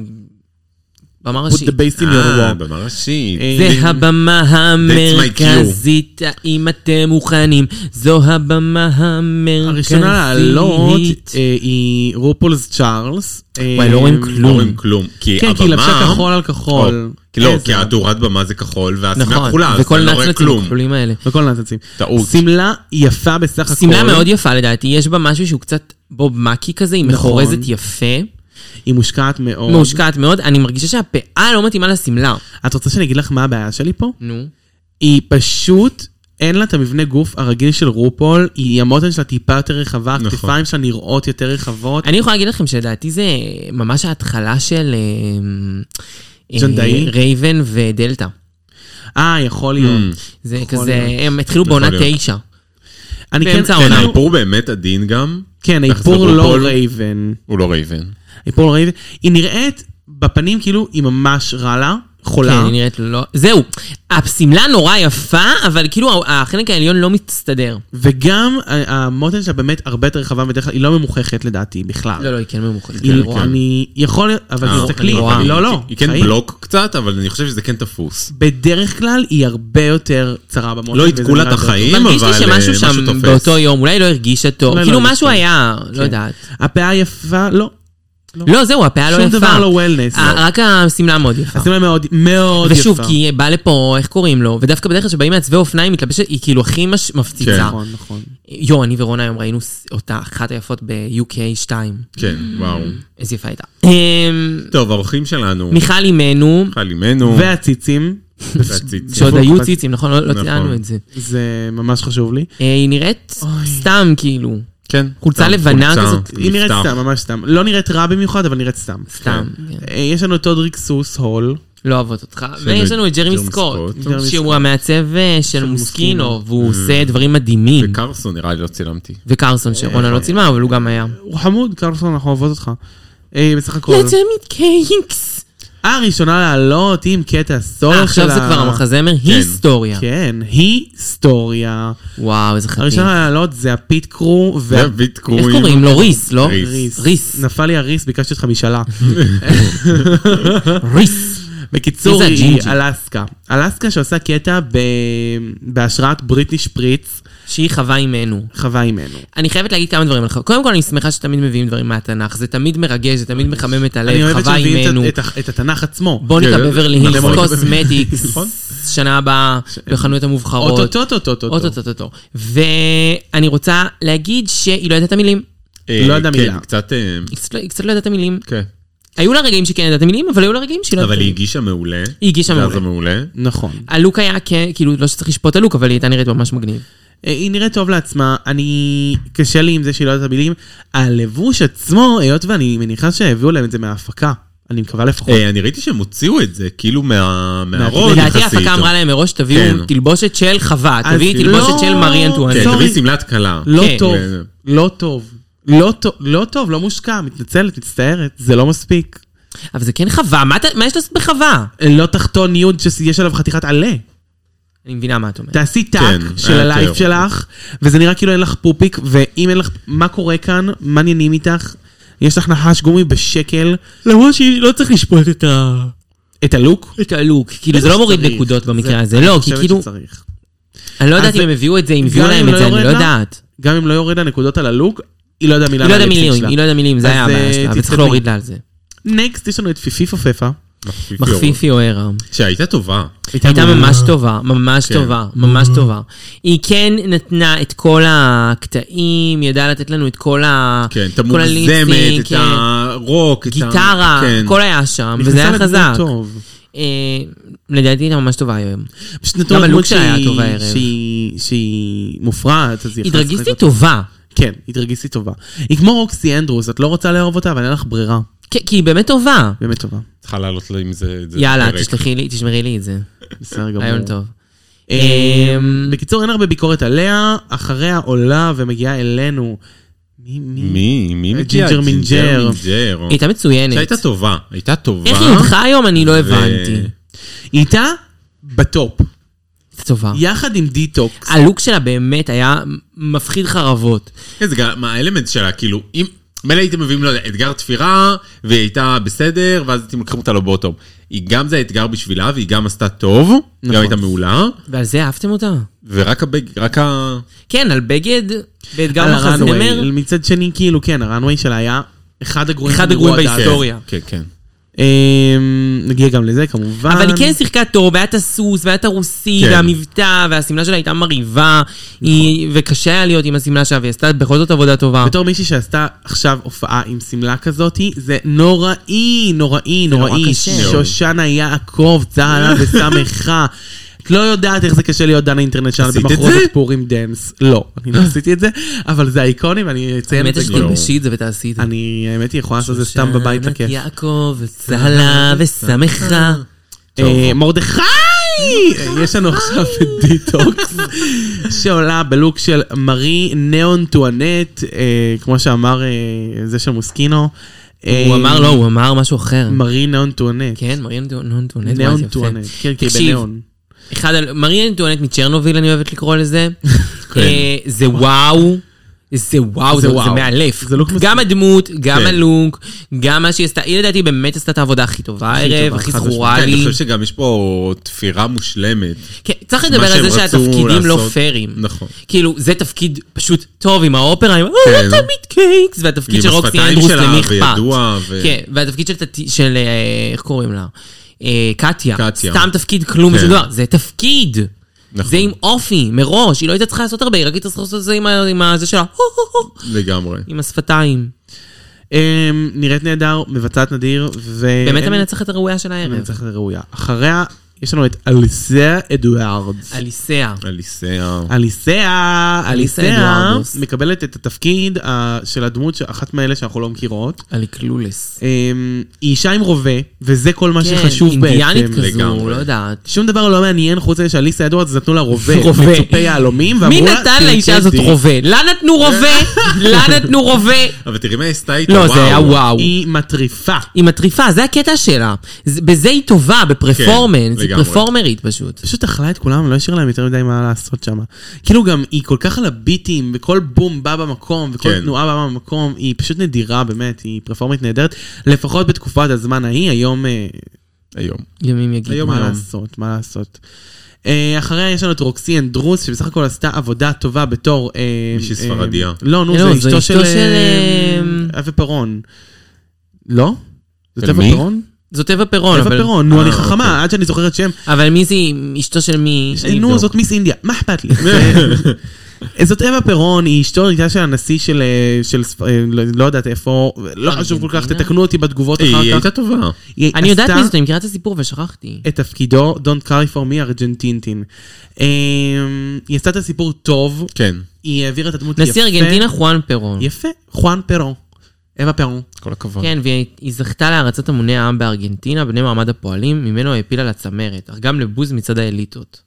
במה
put
ראשית.
the base in your
אה,
walk.
במה ראשית.
אה,
זה הבמה
my cue.
המרכזית, האם אתם מוכנים? זו הבמה המרכזית.
הראשונה
כן,
לעלות אה, היא רופולס צ'ארלס. אה,
וואי, לא רואים
לא
כלום.
רואים כלום. כי
כן, כי היא
הבמה-
לבשה כחול על כחול. אה,
או- כי לא,
איזה.
כי התאורת במה זה כחול, והשמלה
נכון,
כחולה, אז אתה
וכל
לא רואה
נצנצים
כלום.
הכחולים האלה.
וכל הנצצים.
טעות.
שמלה יפה בסך הכל.
שמלה מאוד יפה לדעתי, יש בה משהו שהוא קצת בוב מקי כזה, היא
נכון.
מחורזת יפה.
היא מושקעת מאוד.
מושקעת מאוד, אני מרגישה שהפאה לא מתאימה לשמלה.
את רוצה שאני אגיד לך מה הבעיה שלי פה?
נו.
היא פשוט אין לה את המבנה גוף הרגיל של רופול, היא המותן שלה טיפה יותר רחבה,
נכון.
הכתפיים שלה נראות יותר רחבות.
אני יכולה להגיד לכם שלדעתי זה ממש ההתחלה של... אמ,
ג'נדאי?
אה, רייבן ודלתא.
אה, יכול להיות.
זה
יכול
כזה,
להיות.
הם התחילו בעונה
יכול להיות.
תשע.
אני
באמצע
כן-
כן,
העונה.
האיפור באמת עדין גם,
כן, האיפור
תחזרו
לא
רופול.
רייבן.
הוא לא רייבן.
האיפור לא רייבן. היא נראית בפנים כאילו היא ממש רע לה,
כן,
חולה.
היא נראית לא... זהו, השמלה נורא יפה, אבל כאילו החלק העליון לא מצטדר.
וגם ה- המותן שלה באמת הרבה יותר רחבה בדרך כלל, היא לא ממוככת לדעתי בכלל.
לא, לא, היא כן ממוכחת.
היא- כאילו, אני יכול, אבל
אה,
תסתכלי,
אני רואה.
לא, לא.
היא כן
חיים.
בלוק קצת, אבל אני חושב שזה כן תפוס.
בדרך כלל היא הרבה יותר צרה במותן.
לא
וזה
יתקו לה את
נראה טוב.
החיים, אבל
מרגיש לי
אה,
שמשהו
משהו
שם
תופס.
באותו יום, אולי לא הרגישה טוב.
אולי
כאילו
לא
משהו
הרגיש
היה, לא יודעת.
הפאה יפה, לא.
לא, זהו, הפאה לא יפה.
שום דבר לא wellness.
אה, רק השמלה מאוד יפה.
עשינו לה מאוד מאוד יפה.
ושוב, כי היא באה לפה, איך קוראים לו? ודווקא בדרך כלל שבאים מעצבי אופניים, היא מתלבשת, היא כאילו הכי מש-
כן.
מפציצה.
נכון, נכון.
יואו, אני ורונה היום ראינו ס- אותה, אחת היפות ב-UK 2.
כן, וואו.
איזה יפה הייתה. אמ,
טוב, האורחים שלנו,
מיכל אימנו,
מיכל אימנו,
והציצים,
והציצים.
שעוד
נכון.
היו ציצים, נכון, נכון? לא- לא
נכון.
ציינו את זה.
זה ממש חשוב לי.
אה, היא נראית סתם כאילו.
כן.
חולצה כן.
סתם,
לבנה
חולצה,
כזאת,
היא נראית
נפתח.
סתם, ממש סתם. לא נראית רע במיוחד, אבל נראית סתם.
סתם. כן.
אה, יש לנו את טודריק סוס הול.
לא אוהבות אותך.
של
ויש לנו את ג'רמי
ג'רמי
סקוט,
סקוט.
שהוא המעצב אה, של מוסקינו, Mm. והוא עושה דברים מדהימים.
וקרסון נראה לי לא צילמתי.
וקרסון, שרונה לא צילמה, אבל הוא גם היה.
הוא חמוד, קרלסון, אנחנו אוהבות אותך. אה, בסך הכל.
לג'רמי קיינקס.
הראשונה לעלות עם קטע הסולו שלה.
אה, עכשיו זה כבר המחזמר היסטוריה.
כן, היסטוריה.
וואו, איזה חתיך.
הראשונה לעלות זה הפיט קרו, וה-
זה הביט
איך
קרואים.
קוראים לו? ריס, לא?
ריס.
ריס.
ריס.
נפל לי הריס, ביקשתי אותך משאלה.
ריס.
בקיצור,
מי זה
היא
הג'ינג'י?
אלסקה. אלסקה שעושה קטע ב- בהשראת בריטני שפריץ,
שהיא חווה אימנו.
חווה עימנו.
אני חייבת להגיד כמה דברים עליך. קודם כל, אני שמחה שתמיד מביאים דברים מהתנ"ך. זה תמיד מרגש, זה תמיד מחמם את
אני
הלב,
אוהבת
חווה
שמביאים
אימנו.
את- את ה- את התנ"ך עצמו.
בוניקה
כן,
בברלי הילס,
נכון.
קוסמטיקס,
נכון.
שנה הבאה בחנויות המובחרות.
אוטוטו, אוטוטו, אוטוטו.
אוטוטוטו. ואני רוצה להגיד שהיא לא ידעת מילים.
אה,
לא יודע
כן,
מילה.
קצת... אה,
היא קצת לא- היא קצת לא ידעת מילים.
כן.
היו לה רגעים שכן ידעת מילים, אבל היו לה רגעים שהיא לא ידעת
אבל היא
מילים.
הגישה מעולה.
היא הגישה
זה
מעולה.
מעולה.
נכון.
הלוק היה כן, כאילו, לא שצריך לשפוט הלוק, אבל היא הייתה נראית ממש מגניב.
אה, היא נראית טוב לעצמה, אני... קשה לי עם זה שהיא לא יודעת את המילים. הלבוש עצמו, היות ואני מניחה שהביאו להם את זה מההפקה. אני מקווה לפחות.
אה, אני ראיתי שהם הוציאו את זה, כאילו מה- מהרון יחסית.
לדעתי ההפקה אמרה להם מראש, תביאו
כן.
תלבושת של חווה,
אז
תביאי
כאילו-
תלבושת
לא,
של מארי אנטואנט.
כן,
סורי.
תביא שמלת כלה.
לא
כן.
טוב,
אה,
לא טוב. לא טוב, לא טוב, לא מושקע, מתנצלת, מצטערת, זה לא מספיק.
אבל זה כן חווה, מה אתה- מה יש לעשות בחווה?
לא תחתון יוד שיש עליו חתיכת עלה.
אני מבינה מה את אומרת.
תעשי טאק
אה,
כן,
של
היה
הלייב
יותר.
שלך, וזה נראה כאילו אין לך פופיק, ואם אין לך... מה קורה כאן? מה עניינים איתך? יש לך נחש גומי בשקל,
למרות שלא צריך לשפוט את ה...
את הלוק?
את הלוק, כאילו זה לא מוריד נקודות במקרה הזה,
אני
לא, כי
חושבת
כאילו,
שצריך.
אני לא יודעת
אז
אם הם הביאו את זה, אם הביאו
גם
להם
אם
את
לא
זה, אני
יורד
לא
לה,
יודעת.
גם אם לא יורד לה נקודות על הלוק, היא לא יודעה מילה
היא לא יודעת
מהלפסטיק
מילים,
שלה.
היא לא יודעת מילים, זה
אז,
היה הבעיה
אה,
שלה, אבל צריך
תתקדמי.
להוריד לה על זה.
נקסט, יש לנו את פיפי פופפה.
מחפיף יורק.
מחפיפי או ערם.
שהייתה טובה.
הייתה ממש טובה, ממש
כן.
טובה, ממש
Mm-hmm.
טובה. היא כן נתנה את כל הקטעים, היא ידעה לתת לנו את כל ה...
כן, את
כל הליפסינק,
המוגזמת, את
כן.
הרוק, את ה...
גיטרה,
כן.
הכל היה שם,
נכנסה
וזה היה
לדמות
חזק.
טוב.
אה, לדעתי הייתה ממש טובה היום.
פשוט
גם
נתנו לה
הלוק
דמות
שלה היה
שהיא-
טוב הערב.
שהיא- שהיא מופרעת, אז היא
היא
יכולה לשחק
דרגיסטית
אותה.
טובה,
כן, היא דרגיסטית טובה. היא כמו רוקסי אנדרוס, את לא רוצה לאהוב אותה, אבל אין לך ברירה.
כי כי היא באמת טובה.
באמת טובה.
צריכה לעלות לה עם זה... זה
יאללה,
פרק.
תשלחי לי, תשמרי לי את זה.
בסדר גמור.
רעיון טוב.
אמ, בקיצור, אין הרבה ביקורת עליה, אחריה עולה ומגיעה אלינו. מי? מי?
מי? מי מגיע?
ג'ינג'ר מינג'ר.
אה, מינג'ר.
היא הייתה מצוינת.
שהייתה טובה. הייתה טובה.
איך היא הודחה היום? אני לא
ו-
הבנתי.
היא איתה בטופ,
הייתה טובה.
יחד עם דיטוקס.
הלוק שלה באמת היה מפחיד חרבות.
כן, זה גם האלמנט שלה, כאילו, אם... מילא הייתם מביאים לו אתגר תפירה, והיא הייתה בסדר, ואז הייתם לוקחים אותה לבוטום. היא גם זה האתגר בשבילה, והיא גם עשתה טוב,
נכון.
גם הייתה מעולה,
ועל זה אהבתם אותה?
ורק הבג... רק ה...
כן, על בגד, באתגר
על
מחזמר,
הראנוויי. מצד שני, כאילו, כן, הראנוויי שלה היה אחד הגרועים
אחד
שנראו
הגרועים
עד אז.
בהיסטוריה.
כן, כן.
אמ, נגיע גם לזה, כמובן.
אבל היא כן שיחקה טוב, והיה את הסוס, והיה את הרוסי,
כן.
והמבטא, והשמלה שלה הייתה מרהיבה, היא- וקשה היה להיות עם השמלה שלה, והיא עשתה בכל זאת עבודה טובה.
בתור מישהי שעשתה עכשיו הופעה עם שמלה כזאתי, זה נוראי, נוראי,
נורא
נוראי.
קשה.
שושנה יעקב, צהלה וסמכה. את לא יודעת איך זה קשה להיות דנה אינטרנשיונל
עשית את זה?
במחרוזת פורים דנס. לא, אני לא עשיתי את זה, אבל זה איקוני ואני אציין
האמת
את זה.
היא
שתלבשי
כבר.
שתלבשי את זה ותעשי את זה.
אני, האמת היא, יכולה לעשות את זה סתם בבית לכיף.
יעקב וצהלה ושמחה.
טוב.
אה, מרדכי! יש לנו עכשיו את דיטוקס, שעולה בלוק של מארי ניאון טואנט, אה, כמו שאמר אה, זה של מוסקינו. אה,
הוא אמר לא, הוא אמר משהו אחר.
מארי ניאון טואנט.
כן, מריה אנטואנט. מה זה
ניאון
יפה.
טואנט. כן, כן,
תקשיב,
בניאון.
אחד, על- מריה אנטואנט מצ'רנוביל, אני אוהבת לקרוא לזה. אה, זה וואו. זה וואו,
זה
זה, זה
וואו.
מאלף.
זה לוק
גם הדמות, גם
כן.
הלוק, גם מה שהיא עשתה, היא לדעתי באמת עשתה את העבודה הכי טובה הערב,
טובה,
הכי
חד
זכורה
כן, אני
לי.
חושב שגם יש פה תפירה מושלמת.
כן, צריך
מה
לדבר על
שהם
זה
רצו
שהתפקידים לא
לעשות.
פיירים.
נכון.
כאילו, זה תפקיד פשוט טוב עם האופרה, עם "אה,
כן.
אתה מיטקייקס, והתפקיד
ועם
של רוקסי
השפתיים
אנדרוס,
שלה,
למי אכפת?
וידוע, ו-
כן, והתפקיד של טטי- של, אה, איך קוראים לה? אה, קטיה.
קטיה.
סתם תפקיד כלום
כן.
ושום דבר, זה תפקיד.
נכון.
זה עם אופי, מראש, היא לא הייתה צריכה לעשות הרבה, היא רק הייתה צריכה לעשות את זה עם ה- עם ה- זה שלה, "הו, הו, הו",
לגמרי.
עם השפתיים.
אה, נראית נהדר, מבצעת נדיר, ו...
אה,
באמת המנצחת הראויה של הערב.
המנצחת ראויה. אחריה, יש לנו את אליסה אדוארדס.
אליסיה.
אליסיה.
אה.
אליסיה,
אליסה
אליסיה,
אדוארדוס.
מקבלת את התפקיד אה, של הדמות, ש- אחת מאלה שאנחנו לא מכירות.
אליקלולס.
אמ, היא אישה עם רובה, וזה כל מה
כן,
שחשוב
אינדיאנית
בעצם.
כזו,
לגמרי.
לא יודעת.
שום דבר לא מעניין חוץ מזה שאליסה אדוארדס נתנו לה רובה.
רובה.
מצופי יהלומים,
מי
ואמרו לה... "כן,
נתן לאישה הזאת
"תרקדי".
רובה? לה נתנו רובה? לה נתנו רובה?
אבל תראי מה היא עשתה איתה,
לא, זה היה וואו.
היא מטריפה.
היא מטריפה, זה הקטע שלה. זה- בזה היא טובה, בפרפורמנס.
כן,
היא
לגמרי.
פרפורמרית פשוט.
פשוט אכלה את כולם, לא השאיר להם יותר מדי מה לעשות שם. כאילו גם היא כל כך על הביטים, וכל בום בא במקום, וכל
כן.
תנועה באה במקום, היא פשוט נדירה באמת, היא פרפורמית נהדרת, לפחות בתקופת הזמן ההיא, היום, אה,
היום.
ימים יגידו.
היום. לא.
מה לעשות, מה לעשות. אה, אחריה יש לנו את רוקסי אנדרוס, שבסך הכל עשתה עבודה טובה בתור... אה,
מישהי
אה,
ספרדיה.
לא, נו,
לא,
זה
זו
אשתו
אשתו
של...
של,
אה,
אה,
אבי פרון. לא? זה
של
טבע
מי?
פרון?
זו טבע פירון,
טבע
אבל...
פרון, נו, אני
אה,
חכמה, עד שאני זוכרת שם.
אבל מי זה, אשתו של מי? אני
נו,
אבדוק.
זאת מיס אינדיה, מה אכפת לי? אה, זאת אווה פירון, היא אשתו הייתה של הנשיא של, אה, של ספ- אה, לא לא יודעת איפה, לא חשוב כל כך,
ארגנטינה?
תתקנו אותי בתגובות
היא
אחר כך.
הייתה טובה.
היא
לא- אני יודעת
עשתה
מי זאת, אני מכירה את הסיפור אבל שכחתי.
את תפקידו, Don't carry for me, ארגנטינטין. אה, היא עשתה את הסיפור טוב,
כן.
היא העבירה את הדמות יפה.
נשיא ארגנטינה חואן פירון.
יפה, חואן פרון. אווה פרון.
כל הכבוד.
כן, והיא היא זכתה להערצת המוני העם בארגנטינה, בני מעמד הפועלים, ממנו העפילה לצמרת, אך גם לבוז מצד האליטות.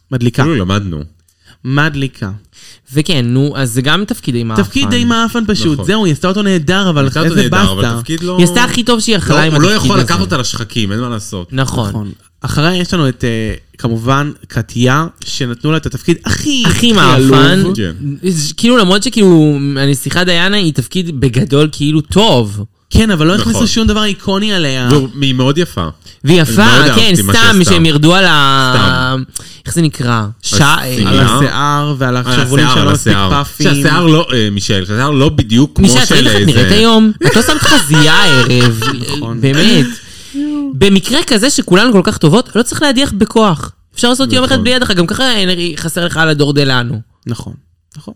כן.
מדליקה.
כאילו למדנו.
מדליקה.
וכן, נו, אז זה גם תפקיד די מעפן.
תפקיד די מאפן פשוט,
נכון.
זהו, היא עשתה אותו נהדר, אבל
לקחת אותו
איזה
נהדר, אבל
בסטה.
התפקיד לא...
היא עשתה הכי טוב שהיא יכלה
לא,
עם
הוא
התפקיד הזה.
לא יכול לקחת אותה לשחקים, אין מה לעשות.
נכון.
נכון. אחריה יש לנו את, אה, כמובן, קטיה, שנתנו לה את התפקיד הכי...
הכי
עלוב.
מעפן,
כן.
זה כאילו למרות שכאילו הנסיכה דיאנה היא תפקיד בגדול כאילו טוב,
כן, אבל לא הכניסו
נכון.
שום דבר איקוני עליה.
והוא- היא מאוד יפה.
והיא יפה,
לא
מאוד אהבתי
כן,
מה
סתם,
שעשתה.
שהם ירדו על ה... איך זה נקרא? שעה,
הסיני.
על
אה?
השיער ועל
על
השרוולים
אה, השיער,
שלו,
על
מספיק
השיער.
פאפים.
שהשיער לא, אה, מישל, שהשיער לא בדיוק כמו של אה,
מישה, את ראית איך את נראית היום? את לא שמת חזייה הערב,
נכון.
באמת. במקרה כזה שכולנו כל כך טובות, לא צריך להדיח בכוח. אפשר לעשות יום אחד בלי ידך, גם ככה אין- חסר לך על הדור דלנו.
נכון, נכון.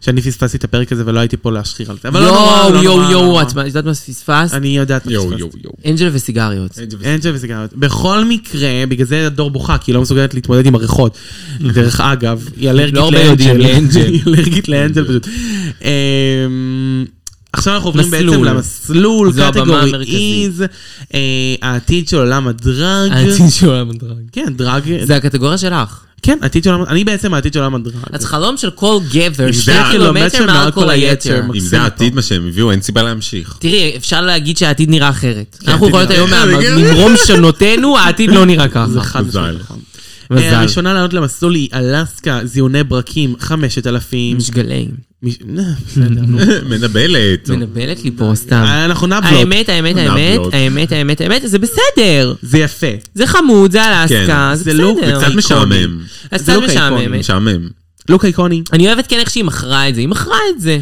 שאני פספסתי את הפרק הזה ולא הייתי פה להשחיר על זה. אבל לא נורא,
יואו,
לא נורא,
יואו,
לא
יואו,
נורא.
את יודעת מה פספסת?
אני יודעת מה
יואו, יואו,
פספסתי.
יואו.
אנג'ל וסיגריות.
אין שם וסיגריות. בכל מקרה, בגלל זה הדור בוכה, כי היא לא מסוגלת להתמודד עם הריחות. דרך אגב, היא אלרגית
לא הרבה
לאנג'ל.
יודעים, לאנג'ל.
היא אלרגית לאנג'ל פשוט. אמ, עכשיו אנחנו עוברים בעצם
מסלול.
למסלול,
זו הבמה
קטגורי
המרכזית.
איז, אה, העתיד של עולם הדרג.
העתיד של עולם הדרג.
כן, דרג.
זה הקטגוריה שלך.
כן, עתיד של עולם, אני בעצם העתיד של עולם הדרג.
אז חלום של כל גבר, שני
זה-
קילומטר מעל כל היתר.
אם זה העתיד מה שהם הביאו, אין סיבה להמשיך.
תראי, אפשר להגיד שהעתיד נראה אחרת. אנחנו יכולות היום
אה,
מה-
כן.
ממרום שנותינו, העתיד לא נראה ככה.
זה חד
מזל.
משמעית. נכון. אה,
מזל.
הראשונה לעלות למסלול היא אלסקה, זיוני ברקים, 5,000.
משגלים.
מיש- אה, בסדר, נו.
מנבלת.
כן. מנבלת לי פה סתם.
אנחנו אה, נבלות.
האמת, האמת, האמת,
נבלות.
האמת, האמת, האמת, זה בסדר.
זה יפה.
זה חמוד, זה אלסקה,
כן,
זה
זה לוק,
בסדר.
קצת משעמם. נכון,
אז
זה
קצת
לוק איקוני.
משעממת.
משעמם.
לוק איקוני.
אני אוהבת כן איך שהיא מכרה את זה, היא מכרה את זה.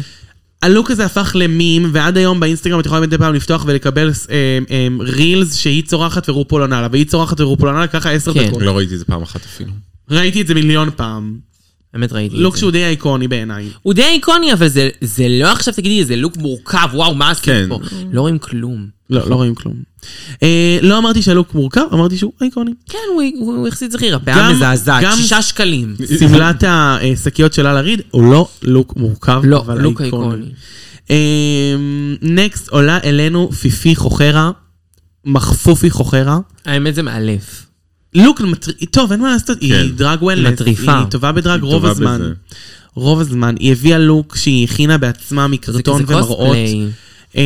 הלוק הזה הפך למים, ועד היום באינסטגרם את יכולה מדי פעם לפתוח ולקבל אה, אה, רילס שהיא צורחת ורופול עונה לה, והיא צורחת ורופול עונה לה ככה עשר
כן.
דקות.
לא ראיתי את זה פעם אחת אפילו.
ראיתי את זה מיליון פעם.
באמת ראיתי את זה.
לוק שהוא די איקוני בעיניי.
הוא די איקוני, אבל זה, זה לא עכשיו, תגידי, זה לוק מורכב, וואו, מה עשית
כן.
פה? לא רואים כלום.
לא, לא רואים כלום. אה, לא אמרתי שהלוק מורכב, אמרתי שהוא איקוני.
כן, הוא, הוא, הוא יחסית זכיר, הפאה
גם-
מזעזעת,
גם-
שישה שקלים.
שמלת השקיות של אל הריד הוא לא לוק מורכב,
לא,
אבל
לוק
איקוני.
איקוני.
נקסט עולה אלינו פיפי חוחרה, מחפופי חוחרה.
האמת זה מאלף.
לוק, מטר- טוב, אין מה לעשות, היא
כן.
דרג ווילנס,
מטריפה.
היא טובה בדרג
היא
רוב
טובה
הזמן.
בזה.
רוב הזמן. היא הביאה לוק שהיא הכינה בעצמה
זה
מקרטון
כזה
ומראות.
קוספליי.
אמ,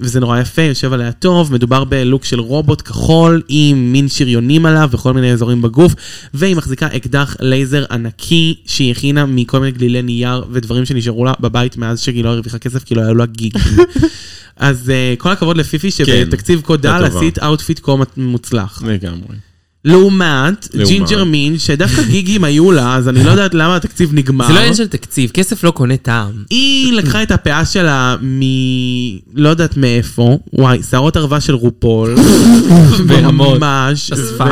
וזה נורא יפה, יושב עליה טוב, מדובר בלוק של רובוט כחול עם מין שריונים עליו וכל מיני אזורים בגוף, והיא מחזיקה אקדח לייזר ענקי שהיא הכינה מכל מיני גלילי נייר ודברים שנשארו לה בבית מאז שהיא לא הרוויחה כסף, כי לא היה לה גיג. אז אה, כל הכבוד לפיפי
כן,
שבתקציב כה דל
הייתה טובה.
עשית אאוטפיט כה מוצלח.
לגמרי.
לעומת
לעומת.
ג'ינג'ר מין, שדווקא גיגים היו לה, אז אני לא יודעת למה התקציב נגמר.
זה לא עניין של תקציב, כסף לא קונה טעם.
היא לקחה את הפאה שלה מ... לא יודעת מאיפה, וואי, שערות ערווה של רופול.
בהמון.
ממש.
אספה.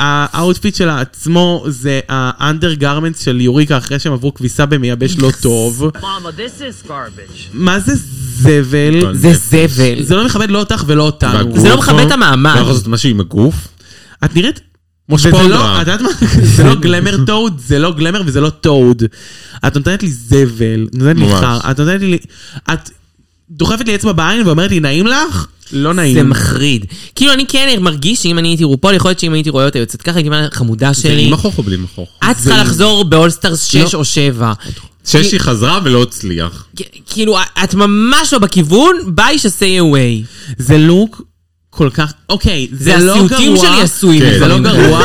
והאאוטפיט שלה עצמו זה האנדר גרמנטס של יוריקה אחרי שהם עברו כביסה במייבש לא טוב.
Mama, this is garbage.
מה זה זבל?
זה זבל.
זה לא מכבד לא אותך ולא אותנו.
והגוף?
זה לא מכבד את
לא
המעמד.
יכול לעשות משהו עם הגוף?
את נראית...
כמו
וזה לא,
שפונדרה.
את יודעת מה? זה לא גלמר טוד, זה לא גלמר וזה לא טוד. את נותנת לי זבל, את נותנת לי
ממש.
חר, את נותנת לי... את דוחפת לי אצבע בעין ואומרת לי, נעים לך? לא נעים.
זה מחריד. כאילו, אני כן מרגיש שאם אני הייתי רופול, יכול להיות שאם הייתי רואה אותה יוצאת ככה, הייתי אומרת, חמודה
זה
שלי.
עם מכוך או בלי מכוך?
את צריכה לחזור באולסטארס 6
לא.
או 7.
שש היא חזרה ולא הצליח.
כאילו, את ממש לא בכיוון, ביי שסיי אווי.
זה לוק כל כך... אוקיי, זה,
זה
לא גרוע.
הסיוטים שלי עשויים.
כן,
זה לא
לפעמים.
גרוע.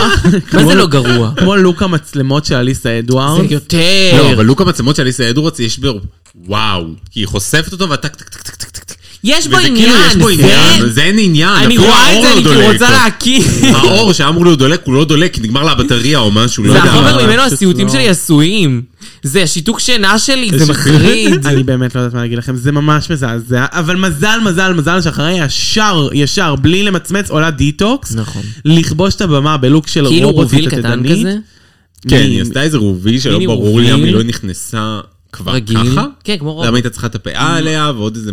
מה זה לא גרוע?
כמו לוק המצלמות של אליסה
זה
אדוארדס.
לא,
יותר.
אבל לוק המצלמות של אליסה אדוורדס יש בו... וואו. כי היא חושפת אותו ואתה... טק, טק, טק, טק, טק, טק.
יש בו
וזה כאילו יש בו
עניין.
עניין,
זה-
זה אין עניין.
אני
אפילו
רואה את זה,
האור לא
אני
דולק
כאילו רוצה
לו.
להקים.
האור שאמור להיות דולק, הוא לא דולק, כי נגמר לה הבטריה או משהו, לא
זה
יודע.
החומר
מה,
ממנו
פשוט
הסיוטים
לא.
שלי עשויים. זה השיתוק שינה שלי, זה
השיתוק.
מחריד.
אני באמת לא יודעת מה להגיד לכם, זה ממש מזעזע, אבל מזל, מזל, מזל שאחרי ישר, ישר, בלי למצמץ, עולה דיטוקס.
נכון.
לכבוש את הבמה בלוק
לא,
של
כאילו
רובוטית
רוביל קטן
התדנית.
כזה.
כן,
מין-
היא עשתה איזה רובי שלא
מיני
ברור לי למה
רובי.
היא לא נכנסה כבר
רגיל.
ככה.
כן, כמו רוב.
למה הייתה צריכה את הפאה עליה ועוד איזה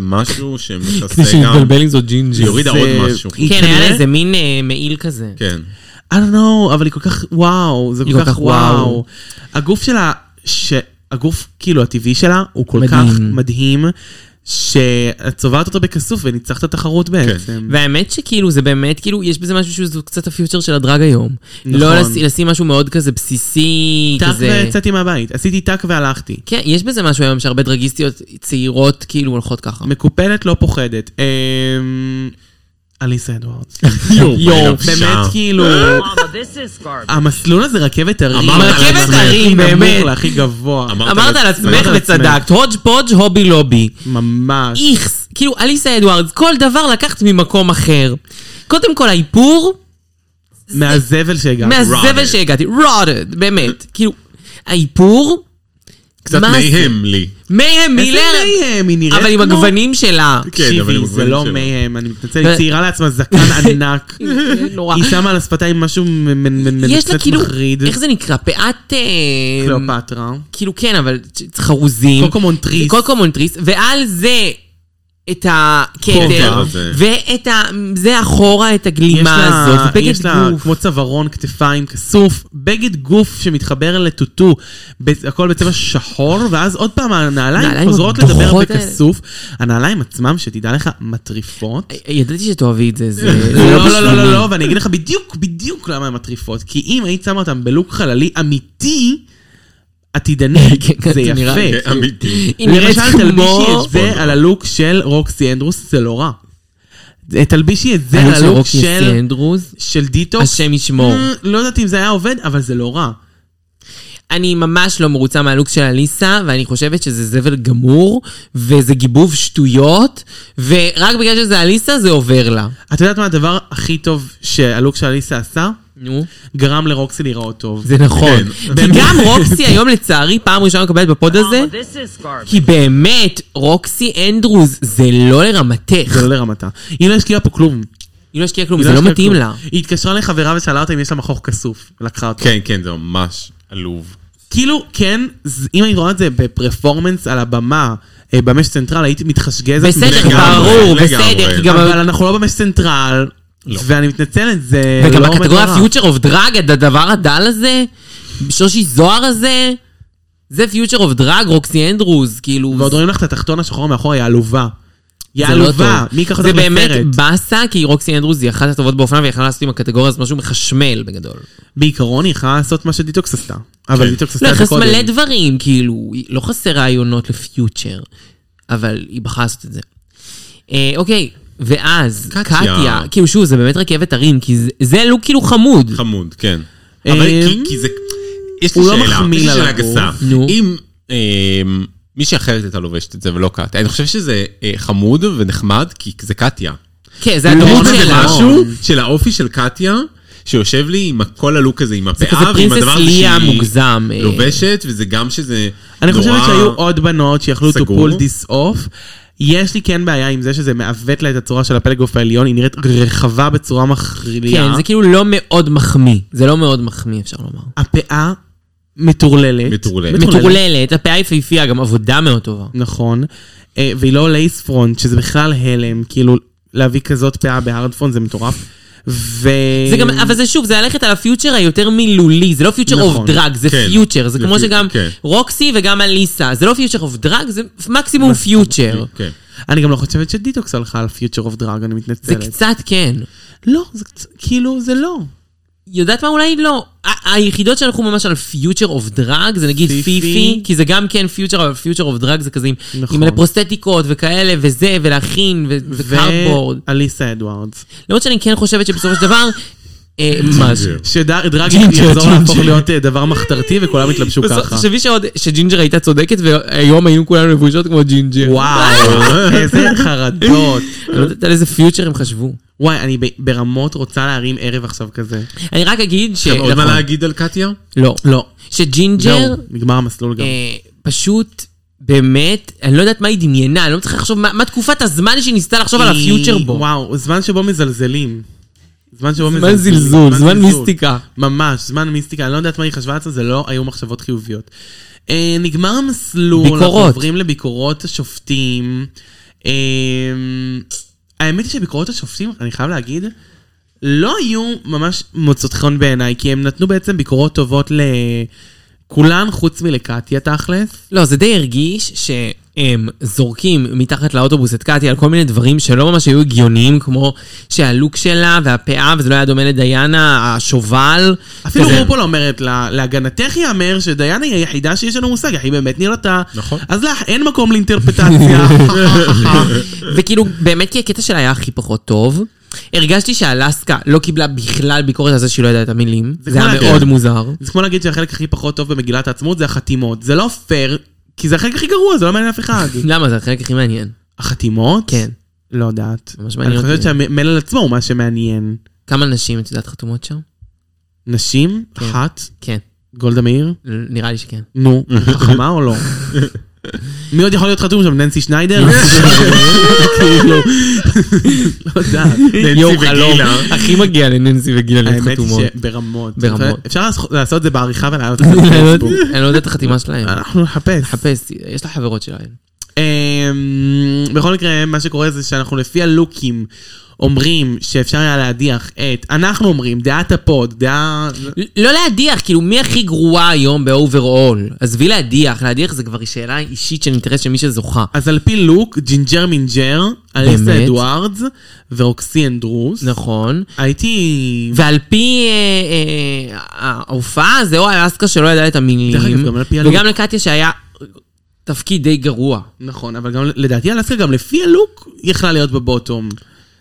משהו שמכסה גם.
שהתבלבל עם זו ג'ינג'י.
היא הורידה
זה-
עוד משהו.
היא
כן, היה לה
כנראה-
איזה מין אה, מעיל כזה.
כן.
I don't know, אבל היא כל כך וואו, זה
היא
כל
כל
כך
כך וואו.
וואו. הגוף שלה, ש- הגוף כאילו הטבעי שלה, הוא כל
מדהים.
כך מדהים, שאת צובעת אותו בכסוף וניצחת את התחרות בעצם.
והאמת שכאילו זה באמת כאילו יש בזה משהו שהוא קצת הפיוטר של הדרג היום.
נכון.
לא לש- לשים משהו מאוד כזה בסיסי,
טאק
כזה.
ויצאתי מהבית, עשיתי טאק והלכתי.
כן, יש בזה משהו היום שהרבה דרגיסטיות צעירות כאילו הולכות ככה.
מקופלת לא פוחדת. אמ, אליסה אדוארדס.
יואו,
יואו,
בנפשה.
באמת כאילו,
Mama, this is garbage.
המסלול הזה רכבת הרים.
אמרת על
רכבת
עצמך.
הרים,
הכי נמוך
באמת.
להכי גבוה.
אמרת
אמרת על עצמך
אמרת על עצמך.
וצדקת, הודג' פודג' הובי לובי.
ממש.
איכס, כאילו אליסה אדוארדס, כל דבר לקחת ממקום אחר. קודם כל האיפור,
מהזבל שהגענו.
מהזבל
rotted.
שהגעתי, רודד, באמת. כאילו, האיפור,
קצת
מה זה? כן,
מהם לי.
מהם מילר,
מהם, היא נראית
אבל עם
כמו-
הגוונים שלה.
כן, אבל
תקשיבי,
עם
זה
הגוונים
לא
שלה.
מהם, אני מתנצל,
ו-
היא ציירה לעצמה זקן ענק.
נורא.
היא שמה על השפתיים משהו מ- מ- מ-
יש לה
מנצנץ
כאילו,
מחריד.
איך זה נקרא? פאת... אה,
קליאופטרה.
כאילו כן, אבל צ- חרוזים.
קוקומונטריס.
קוקומונטריס, ועל זה את הכתר,
כובע הזה.
ואת ה... זה אחורה, את
יש
הגלימה
לה-
הזאת, בגד
יש לה
גוף.
כמו צווארון, כתפיים, כסוף, בגד גוף שמתחבר לטוטו, ב- הכל בצבע שחור, ואז עוד פעם הנעליים
הנעליים
חוזרות לדבר
הבוכות האלה.
בכסוף. הנעליים עצמם, שתדע לך, מטריפות.
ידעתי שתאהבי את זה, זה... זה
לא, לא, לא,
בשבילי.
לא, לא, ואני אגיד לך בדיוק, בדיוק למה הן מטריפות. כי אם היית שמה אותן בלוק חללי אמיתי, עתידני,
כן,
זה
זה נראה-
יפה.
כן, אמיתי.
היא נראית
למשל, תלבישי
כמו...
את זה על הלוק של רוקסי אנדרוס, זה לא רע. תלבישי את זה
הלוק
על
של
הלוק
רוקי
של...
סנדרוס,
של דיטוקס,
השם ישמור.
אה, לא יודעת אם זה היה עובד, אבל זה לא רע.
אני ממש לא מרוצה מהלוק של אליסה, ואני חושבת שזה זבל גמור, וזה גיבוב שטויות, ורק בגלל שזה אליסה זה עובר לה.
את יודעת מה הדבר הכי טוב שהלוק של אליסה עשה?
נו.
גרם לרוקסי להיראות טוב.
זה נכון.
כן.
כי גם רוקסי היום לצערי פעם ראשונה מקבלת בפוד הזה,
Mama, Oh, this is garbage.
כי באמת, רוקסי אנדרוז זה לא לרמתך.
זה לא לרמתה. היא לא השקיעה פה כלום.
היא לא השקיעה כלום,
היא
זה לא
השקיעה
מתאים
כלום.
לה. כן,
היא התקשרה לחברה ושאלה אותה אם יש לה מכוך כסוף, ולקחה אותו.
כן, כן, זה ממש עלוב.
כאילו, כן, ז- אם היית רואה את זה בפרפורמנס על הבמה, אה, במש צנטרל, הייתי מתחשגזת.
בסדר,
מזה.
לגמרי,
ברור,
לגמרי.
בסדר, כי גם... לא.
אבל אנחנו לא במש צנטרל, ואני מתנצלת, זה
וגם
לא עומד
בקטגוריה
לרע.
פיוטר אוף דרג, הדבר הדל הזה, שושי זוהר הזה, זה פיוטר אוף דרג, רוקסי אנדרוס, כאילו...
ועוד
זה-
רואים לך את התחתון השחור מאחורה, היא עלובה. היא
זה לא
עלובה,
טוב.
מי ייקח אותך
זה באמת
לסרט?
באסה, כי רוקסי אנדרוס היא אחת הטובות באופנה, והיא יכלה לעשות עם הקטגוריה הזאת משהו מחשמל בגדול.
בעיקרון היא יכולה לעשות מה שדיטוקס עשתה. אבל
כן.
דיטוקס
לא,
עשתה
היא
את זה
חסרה
קודם.
מלא דברים, כאילו, היא לא חסר רעיונות לפיוטר, אבל היא בחרה לעשות את זה. אה, אוקיי, ואז,
קטיה.
קטיה, כאילו שוב, זה באמת רכבת הרים, כי זה- זה לוק כאילו חמוד.
חמוד, כן.
אה,
אבל כי- כי זה... יש לי
הוא לא
שאלה,
מחמיא
יש לי
לה
שאלה
לגוף.
גסה.
נו.
אם אה, מישהי אחרת הייתה לובשת את זה ולא קטיה, אני חושב שזה אה, חמוד ונחמד, כי זה קטיה.
כן, זה
יש
הדמות
בזה
שלה.
משהו של האופי של קטיה, שיושב לי עם כל הלוק הזה, עם
כזה
הפאה, ועם
פרינסס
הדבר הזה
ליה
שהיא
מוגזם. אה,
לובשת, וזה גם שזה
אני
נורא...
חושבת שהיו עוד בנות שיכלו to
סגור.
pull this off. יש לי כן בעיה עם זה שזה מעוות לה את הצורה של הפלג גוף העליון, היא נראית רחבה בצורה מחרילייה.
כן, זה כאילו לא מאוד מחמיא. זה לא מאוד מחמיא, אפשר לומר.
הפאה מטורללת.
מטורללת.
מטורללת, הפאה יפהפייה, גם עבודה מאוד טובה.
נכון. אה, והיא לא לייס פרונט, שזה בכלל הלם, כאילו להביא כזאת פאה בהארד פרונט זה מטורף. ו...
זה גם, אבל זה שוב, זה ללכת על הפיוטר היותר מילולי, זה לא פיוטר
נכון,
אוף דרג, זה
כן.
פיוטר, זה
זה
כמו
פיוט-
שגם
כן.
רוקסי וגם אליסה, זה לא פיוטר אוף דרג, זה מקסימום פיוטר.
כן.
אני גם לא חושבת שדיטוקס הלכה על פיוטר אוף דרג, אני
זה
מתנצלת.
קצת כן.
לא, זה קצת, כאילו, זה לא.
יודעת מה? אולי לא. ה- היחידות שהלכו ממש על פיוטר אוף דרג, זה נגיד
פיפי.
פיפי, כי זה גם כן פיוטר, אבל פיוטר אוף דרג זה כזה עם
נכון.
עם מלא פרוסטטיקות וכאלה וזה, ולהכין, ו- וקארדבורד.
ואליסה אדוארדס.
למרות שאני כן חושבת שבסופו של דבר, אה, מה זה?
שדרגי
ג'ינג'ר,
יחזור להפוך
ג'ינג'ר.
להיות אה, דבר מחתרתי וכולם יתלבשו
בסוף,
ככה.
תחשבי שעוד, שג'ינג'ר הייתה צודקת והיום היינו כולנו לבושות כמו ג'ינג'ר.
וואו, איזה חרדות.
אני לא יודעת על איזה פיוטר הם חשבו.
וואי, אני ב- ברמות רוצה להרים ערב עכשיו כזה.
אני רק אגיד ש...
יש לכם עוד מה
נכון.
להגיד על קטיה?
לא.
לא.
שג'ינג'ר
זהו, נגמר המסלול גם.
אה, פשוט, באמת, אני לא יודעת מה היא דמיינה, אני לא מצליחה לחשוב מה מה תקופת הזמן שהיא ניסתה לחשוב על
היא-
הפיוטר בו.
וואו, זמן שבו מזלזלים. זמן שבו
זמן
מזלזלים.
זלזול, זמן
זלזול.
מיסטיקה.
ממש, זמן מיסטיקה. אני לא יודעת מה היא חשבה על זה, זה לא היו מחשבות חיוביות. אה, נגמר המסלול. אנחנו
ביקורות.
עוברים לביקורות השופטים. אה, האמת היא שביקורות השופטים, אני חייב להגיד, לא היו ממש מוצאות חן בעיניי, כי הם נתנו בעצם ביקורות טובות לכולן, חוץ מלקטיה תכלס.
לא, זה די הרגיש שהם זורקים מתחת לאוטובוס את קטי על כל מיני דברים שלא ממש היו הגיוניים, כמו שהלוק שלה והפאה, וזה לא היה דומה לדיינה השובל.
אפילו
כזה.
רופול אומרת לה, להגנתך ייאמר שדיין היא היחידה שיש לנו מושג, היא באמת נראתה.
נכון.
אז לך אין מקום לאינטרפטציה.
וכאילו, באמת כי הקטע שלה היה הכי פחות טוב. הרגשתי שאלסקה לא קיבלה בכלל ביקורת על זה שהיא לא ידעה את המילים.
זה
זה היה
כמו-
מאוד מוזר.
זה כמו להגיד שהחלק הכי פחות טוב במגילת העצמאות זה החתימות. זה לא פייר, כי זה החלק הכי גרוע, זה לא מעניין אף אחד.
למה? זה החלק הכי מעניין.
החתימות?
כן.
לא יודעת.
ממש
אני
מעניין אותי.
חושבת שהמלל עצמו הוא מה שמעניין.
כמה נשים את יודעת חתומות שם?
נשים?
כן.
אחת?
כן.
גולדה מאיר?
נראה לי שכן.
נו, חכמה או לא? מי עוד יכול להיות חתום שם? ננסי שניידר? כאילו, לא יודעת.
ננסי וגילה.
הכי מגיע לננסי וגילה להיות
האמת
חתומות.
היא שברמות.
ברמות.
אפשר לעשות- לעשות את זה בעריכה ולעלות את זה
אני לא יודע-
בפייסבוק.
אני לא יודע את החתימה שלהם.
אנחנו נחפש.
חפש, יש לה חברות שלהם.
אמ, בכל מקרה, מה שקורה זה שאנחנו לפי הלוקים אומרים שאפשר היה להדיח את, אנחנו אומרים, דעת הפוד, דעה...
לא להדיח, כאילו, מי הכי גרועה היום באוברול? עזבי להדיח, להדיח זה כבר שאלה אישית של אינטרס של מי שזוכה.
אז על פי לוק, ג'ינג'ר מינג'ר, אליסה
באמת?
אדוארדס ורוקסי אנדרוס.
נכון.
הייתי...
ועל פי אה, אה, ההופעה, זה או אלסקה שלא ידעה את
דרך
המילים,
אגב, גם על פי הלוק.
וגם לקטיה שהיה תפקיד די גרוע.
נכון, אבל גם לדעתי אלסקה, גם לפי הלוק, היא יכלה להיות בבוטום.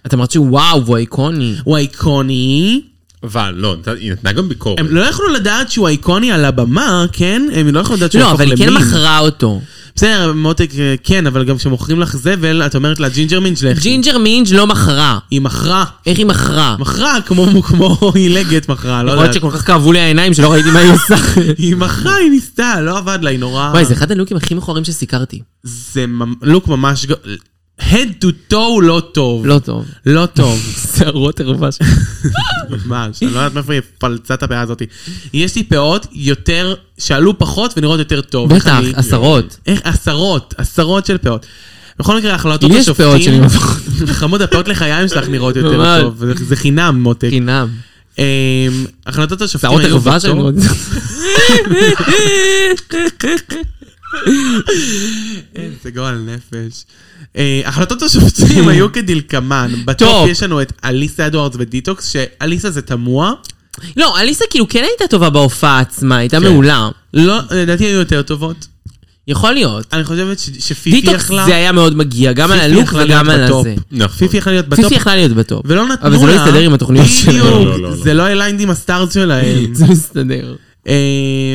את אמרת שוואו, הוא איקוני.
הוא איקוני.
אבל לא, נת- היא נתנה גם ביקורת.
הם לא יכלו לדעת שהוא איקוני על הבמה, כן? הם לא יכלו לדעת שהוא
לא,
יהפוך
אבל
למין.
היא כן מכרה אותו.
בסדר, מותק, אה, כן, אבל גם כשמוכרים לך זבל, את אומרת לה ג'ינג'ר מינג' לכי.
ג'ינג'ר מינג' לא מכרה.
היא מכרה.
איך היא מכרה?
מכרה כמו, כמו עילגת מכרה, לא
יכול להיות
יודעת.
שכל כך כאבו לי העיניים שלא ראיתי מה היא עושה.
היא מכרה, היא ניסתה, לא עבד לה, היא נורא...
וואי, זה אחד הלוקים הכי מכוערים שסיקרתי.
זה ממ- לוק ממש... ג- head to toe לא טוב.
לא טוב.
לא טוב.
שערות ערווה שלך.
ממש, אני לא יודעת מאיפה היא פלצה את הפאה הזאת. יש לי פאות יותר, שעלו פחות ונראות יותר טוב. איך
בטח,
אני-
עשרות.
איך עשרות, עשרות של פאות. בכל מקרה, החלטות
לי יש
השופטים...
פאות שאני מפחד.
חמוד, הפאות לחיים שלך נראות יותר
ממש.
טוב. זה- זה חינם, מותק.
חינם. כן,
אמ, החלטות השופטים
שערות
היו
ערווה שאני
בטוב.
מאוד...
זה גועל נפש. אה, החלטות השופטים היו כדלקמן. בטופ
טוב.
יש לנו את אליסה אדוארדס ודיטוקס, שאליסה זה תמוה.
לא, אליסה כאילו כן הייתה טובה בהופעה עצמה,
כן.
הייתה מעולה.
לא, לדעתי היו יותר טובות.
יכול להיות.
אני חושבת ש- שפיפי
דיטוקס
יכלה...
זה היה מאוד מגיע, גם על
פיפי
הלוק
יכלה
וגם
להיות
על
בטופ.
הזה.
נכון.
פיפי יכלה להיות בטופ.
לא- פיפי יכלה להיות בטופ.
ולא נתנו לה...
אבל זה לא הסתדר עם התוכניות שלה.
לא,
בדיוק,
לא, לא, לא.
זה לא הליינד עם הסטארס שלהם.
זה מסתדר.
אה,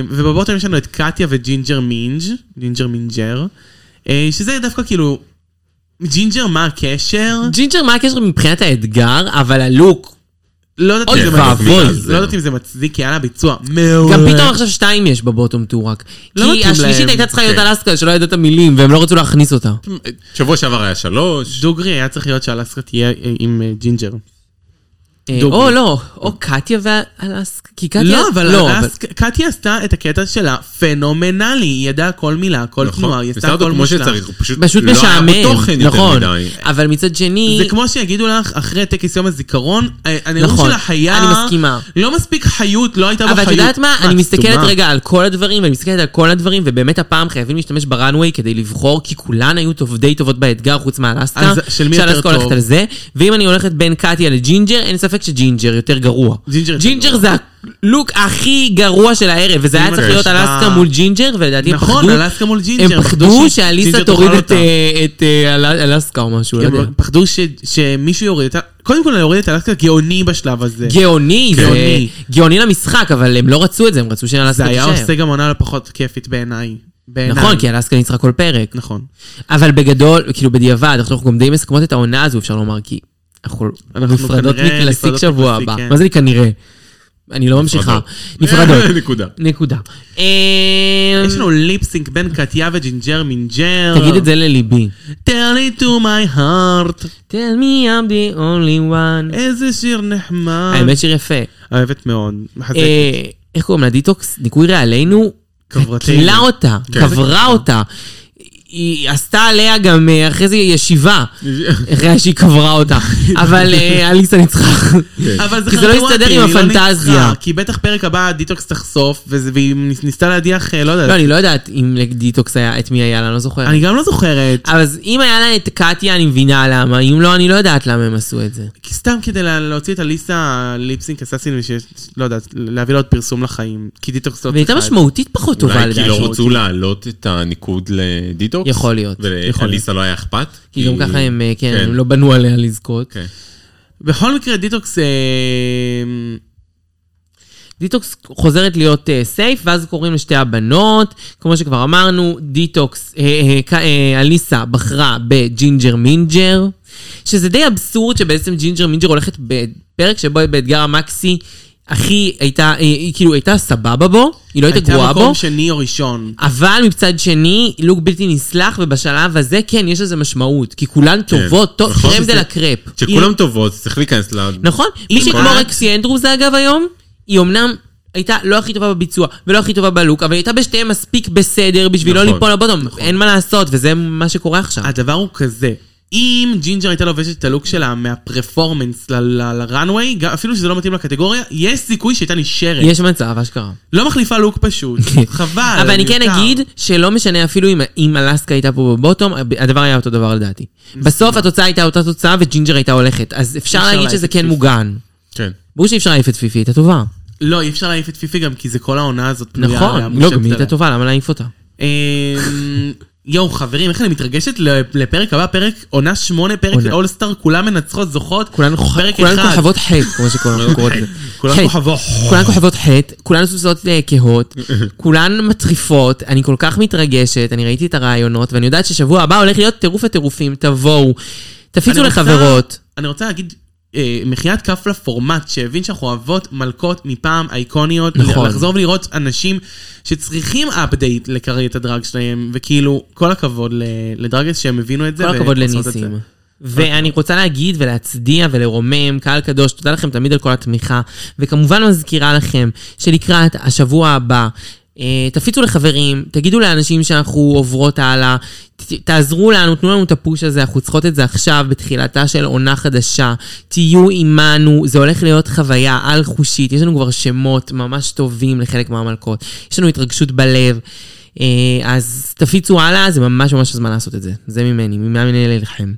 ובבוטום יש לנו את קטיה וג'ינג'ר מינג', ג'ינג'ר מינג'ר, אה, שזה דווקא כאילו... ג'ינג'ר מה הקשר?
ג'ינג'ר מה הקשר מבחינת האתגר, אבל הלוק.
לא יודעת
אוי
אם זה
ואבוי.
מצדיק, לא יודעת אם זה מצדיק, כי היה לה ביצוע מעולה.
גם פתאום עכשיו שתיים יש בבוטום טורק.
לא
כי
מתאים להם.
השלישית הייתה צריכה להיות
כן.
אלסקה שלא ידעה את המילים, והם לא רצו להכניס אותה.
שבוע שעבר היה שלוש.
דוגרי היה צריך להיות שאלסקה תהיה אה, עם אה, ג'ינג'ר.
אה,
דוגרי.
או לא, או קטיה ואלסקה. כי קטיה...
לא, אבל אלסקה- קטיה עשתה את הקטע שלה פנומנלי, היא ידעה כל מילה, כל
נכון.
כאילו,
תנועה, היא
בסדר,
עשתה הכל
כמו
מושלם.
שצריך, הוא פשוט
פשוט
לא היה
משעמם,
בתוכן יותר
נכון.
מדי.
אבל מצד שני...
זה כמו שיגידו לך, אחרי טקס יום הזיכרון, אה, הנאום
נכון,
שלך היה...
אני מסכימה.
לא מספיק חיות, לא הייתה בו
אבל
חיות.
את יודעת מה? אני מסתכלת
עצומה.
רגע על כל הדברים, ואני מסתכלת על כל הדברים, ובאמת הפעם חייבים להשתמש בראנוויי כדי לבחור, כי כולן היו טוב, די טובות באתגר, חוץ מאלסקה.
אז של מי יותר
שאלסקה
טוב?
הולכת על זה, ואם אני הולכת בין קטיה לג'ינג'ר, אין ספק שג'ינג'ר יותר גרוע.
ג'ינג'ר יותר
ג'ינג'ר
גרוע.
זה הלוק הכי גרוע של הערב, וזה היה
אם
צריך
אני
להיות
אשמע-
אלסקה מול ג'ינג'ר, ולדעתי הם
נכון,
פחדו...
אלסקה מול ג'ינג'ר.
הם פחדו
ש-
שאליסה
ג'ינג'ר
תוריד
תאכל
את,
אותה.
אה, את אה, אל- אלסקה או משהו, לא
הם
יודע.
פחדו ש- שמישהו יוריד אותה. קודם כל, להוריד את אלסקה גאוני בשלב הזה.
גאוני, זה-
גאוני.
גאוני למשחק, אבל הם לא רצו את זה, הם רצו שאלסקה
זה היה
תישאר.
עושה גם עונה לא פחות כיפית בעיניי. בעיניי.
נכון, כי אלסקה ניצחה כל פרק.
נכון.
אבל בגדול, כאילו בדיעבד, עכשיו אנחנו גם די מסכמות את העונה הזו, אפשר לומר, כי אנחנו
אנחנו
נפרדות
כנראה
מקלאסיק
נפרדות
שבוע
מקלאסיק,
הבא.
כן.
מה זה לי כנראה? אני לא ממשיכה. נפרדות.
נקודה.
נקודה. אה,
יש לנו ליפסינק בין קטיה וג'ינג'ר מינג'ר.
תגיד את זה לליבי.
tell it to my heart.
Tell me I'm the only one. אה,
איזה שיר נחמד.
האמת שיר יפה.
אוהבת מאוד. מחזקת.
אה, איך קוראים לה? דיטוקס? ניקוי רעלינו?
קברתנו.
קילה אותה,
כן.
קברה אותה. היא עשתה עליה גם אה, אחרי זה ישיבה, אחרי שהיא קברה אותה. אבל אה, אליסה ניצחה.
כן.
אבל זה
כי זה לא
חרטואטי,
הסתדר עם
היא לא
הפנטזיה.
ניצחה, כי בטח פרק הבא דיטוקס תחשוף, וזה- והיא ניסתה להדיח, אה, לא
לא,
יודעת.
אני לא יודעת אם לדיטוקס היה, את מי היה לה, אני לא זוכרת.
אני גם לא זוכרת.
אז אם היה לה את קטיה, אני מבינה למה, אם לא, אני לא יודעת למה הם עשו את זה.
לא
כי סתם כדי לה- להוציא את אליסה ליפסינק אסאסין, וש- לא יודעת, להביא לה עוד פרסום לחיים. כי דיטוקס לא
והיא הייתה
צריכה את זה.
משמעותית פחות טובה
אולי כי
לדעתי.
לא רצו להעלות את הניקוד לדיטוקס?
יכול להיות, יכול
ולאליסה לא היה אכפת?
כי גם ככה הם, אה, כן,
כן.
הם לא בנו עליה לזכות.
כן.
בכל מקרה, דיטוקס... אה,
דיטוקס חוזרת להיות אה, סייף, ואז קוראים לשתי הבנות. כמו שכבר אמרנו, דיטוקס, אה, אה, ק- אה, אליסה בחרה בג'ינג'ר מינג'ר, שזה די אבסורד שבעצם ג'ינג'ר מינג'ר הולכת בפרק שבו היא באתגר המקסי. הכי הייתה, אה, היא כאילו הייתה סבבה בו, היא לא הייתה
הייתה
גרועה בו,
מקום שני או ראשון.
אבל מצד שני, לוק בלתי נסלח, ובשלב הזה, כן, יש לזה משמעות. כי כולן טובות, טוב,
נכון,
קרם
זה-
דה לה קרפ.
שכולם טובות, צריך להיכנס ל...
נכון? מישהי
כל
כמו
ה-
רקסי אנדרוס, אגב, היום, היא אמנם הייתה לא הכי טובה בביצוע, ולא הכי טובה בלוק, אבל היא הייתה בשתיהן מספיק בסדר בשביל לא
נכון,
ליפול לבוטום. אין מה לעשות, וזה מה שקורה עכשיו.
הדבר הוא כזה, אם ג'ינג'ר הייתה לובשת את הלוק שלה מהפרפורמנס ל- ל- לראנוויי, גם- אפילו שזה לא מתאים לקטגוריה, יש סיכוי שהייתה נשארת.
יש מצב, אשכרה.
לא מחליפה לוק פשוט, חבל.
אבל אני כן
אה, מיותר.
אגיד שלא משנה אפילו אם- אם אלסקה הייתה פה בבוטום, הדבר היה אותו דבר לדעתי. בסוף התוצאה הייתה אותה תוצאה וג'ינג'ר הייתה הולכת, אז אפשר להגיד
להעיף
שזה
את
כן
פיפי.
מוגן.
כן.
ברור שאי אפשר להעיף את פיפי, היא הייתה טובה.
לא, אי אפשר להעיף את פיפי גם כי זה כל העונה הזאת. פנויה עליה,
נכון, לא,
מושבת
גם היא הייתה
עליה.
טובה, למה להעיף אותה?
אמ, יואו חברים, איך אני מתרגשת ל- לפרק הבא, פרק עונה שמונה, פרק
עונה.
אולסטאר, כולם מנצחות, זוכות.
כולן
פרק
כולן
אחד.
כוכבות חטא, כמו שכולן קוראות לזה.
כולן
חטא.
כוכבות.
כולן כוכבות חטא, כולן סוסות אה, כהות, כולן מטריפות, אני כל כך מתרגשת, אני ראיתי את הרעיונות, ואני יודעת ששבוע הבא הולך להיות טירוף הטירופים, תבואו, תפיצו
אני רוצה-
לחברות.
אני רוצה להגיד אה, מחיית כף לפורמט, שהבין שאנחנו אוהבות מלכות מפעם אייקוניות,
נכון.
לחזור ולראות אנשים שצריכים אפדייט לקריית הדרג שלהם, וכאילו, כל הכבוד ל- לדרגס שהם הבינו את זה.
כל הכבוד
ועושות את זה.
לניסים. ואני רוצה להגיד ולהצדיע ולרומם, קהל קדוש, תודה לכם תמיד על כל התמיכה. וכמובן מזכירה לכם שלקראת השבוע הבא, אה, תפיצו לחברים, תגידו לאנשים שאנחנו עוברות הלאה, ת- תעזרו לנו, תנו לנו את הפוש הזה, אנחנו צריכות את זה עכשיו, בתחילתה של עונה חדשה. תהיו עימנו, זה הולך להיות חוויה על-חושית, יש לנו כבר שמות ממש טובים לחלק מהמלכות, יש לנו התרגשות בלב. אה, אז תפיצו הלאה, זה ממש ממש הזמן לעשות את זה. זה ממני, ממאמיני להילחם.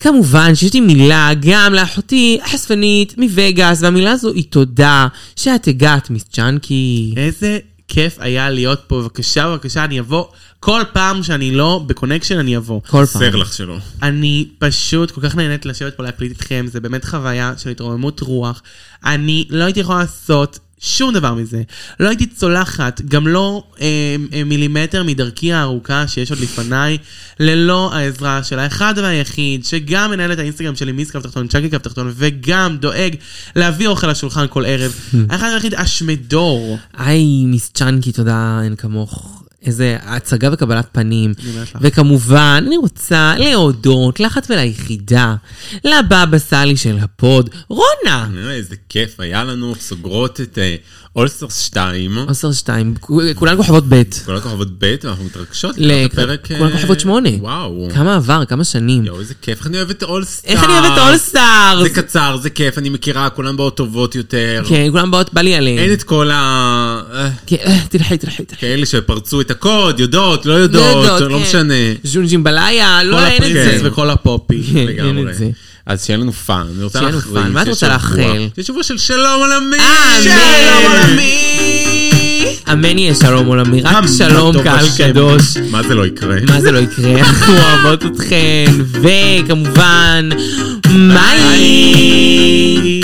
כמובן שיש לי מילה גם לאחותי החשפנית מווגאס, והמילה הזו היא תודה שאת הגעת, מיס צ'אנקי.
איזה כיף היה להיות פה, בבקשה, בבקשה, אני אבוא. כל פעם שאני לא בקונקשן, אני אבוא.
כל פעם.
חסר לך שלא.
אני פשוט כל כך נהנית לשבת פה להקליט איתכם, זה באמת חוויה של התרוממות רוח. אני לא הייתי יכולה לעשות שום דבר מזה. לא הייתי צולחת, גם לא אה, אה, מילימטר מדרכי הארוכה שיש עוד לפניי, ללא העזרה של האחד והיחיד, שגם מנהל את האינסטגרם שלי, מיס קו תחתון, צ'אקי קו תחתון, וגם דואג להביא אוכל לשולחן כל ערב. האחד והיחיד, השמדור.
היי, מיס צ'אנקי, תודה, אין כמוך. איזה הצגה וקבלת פנים.
אומרת לך.
וכמובן, אני רוצה להודות לאחת וליחידה, לבבא סאלי של הפוד, רונה.
אה, איזה כיף היה לנו, סוגרות את אה, אולסטרס 2,
עשר שתיים, כולן כוכבות ב'.
כל הכוכבות ב', ואנחנו מתרגשות
ל-
לקראת הפרק.
כולן
אה,
כוכבות שמונה.
וואו.
כמה עבר, כמה שנים.
יואו, איזה כיף, איך אני אוהב את אולסטארס.
איך אני אוהבת אולסטארס!
זה קצר, זה כיף, אני מכירה, כולם באות טובות יותר.
כן, כולם באות, בא לי עליהן.
אין את כל ה... אה,
כן, אה, תלכי, תלכי, תלכי.
כאלה שפרצו את הקוד, יודעות, לא
לא
יודעות,
יודעות,
לא
כן.
משנה.
ז'ונג'ימבליה,
כל
לא, אין את
הפרינסס
זה.
וכל הפופי.
כן,
לגמרי.
אין את זה.
אז שיהיה לנו פאן, אני רוצה
שיהיה לנו
להכריז.
פאן, מה את
שיש
רוצה
שבוע-
לאחל? אה,
שיש שבוע של שלום עולמי!
אמן.
שלום עולמי!
אמן יהיה שלום עולמי, רק שלום
טוב
קהל
השם.
קדוש.
מה זה לא יקרה?
מה זה לא יקרה? אנחנו אוהבות אתכן, וכמובן, מיי!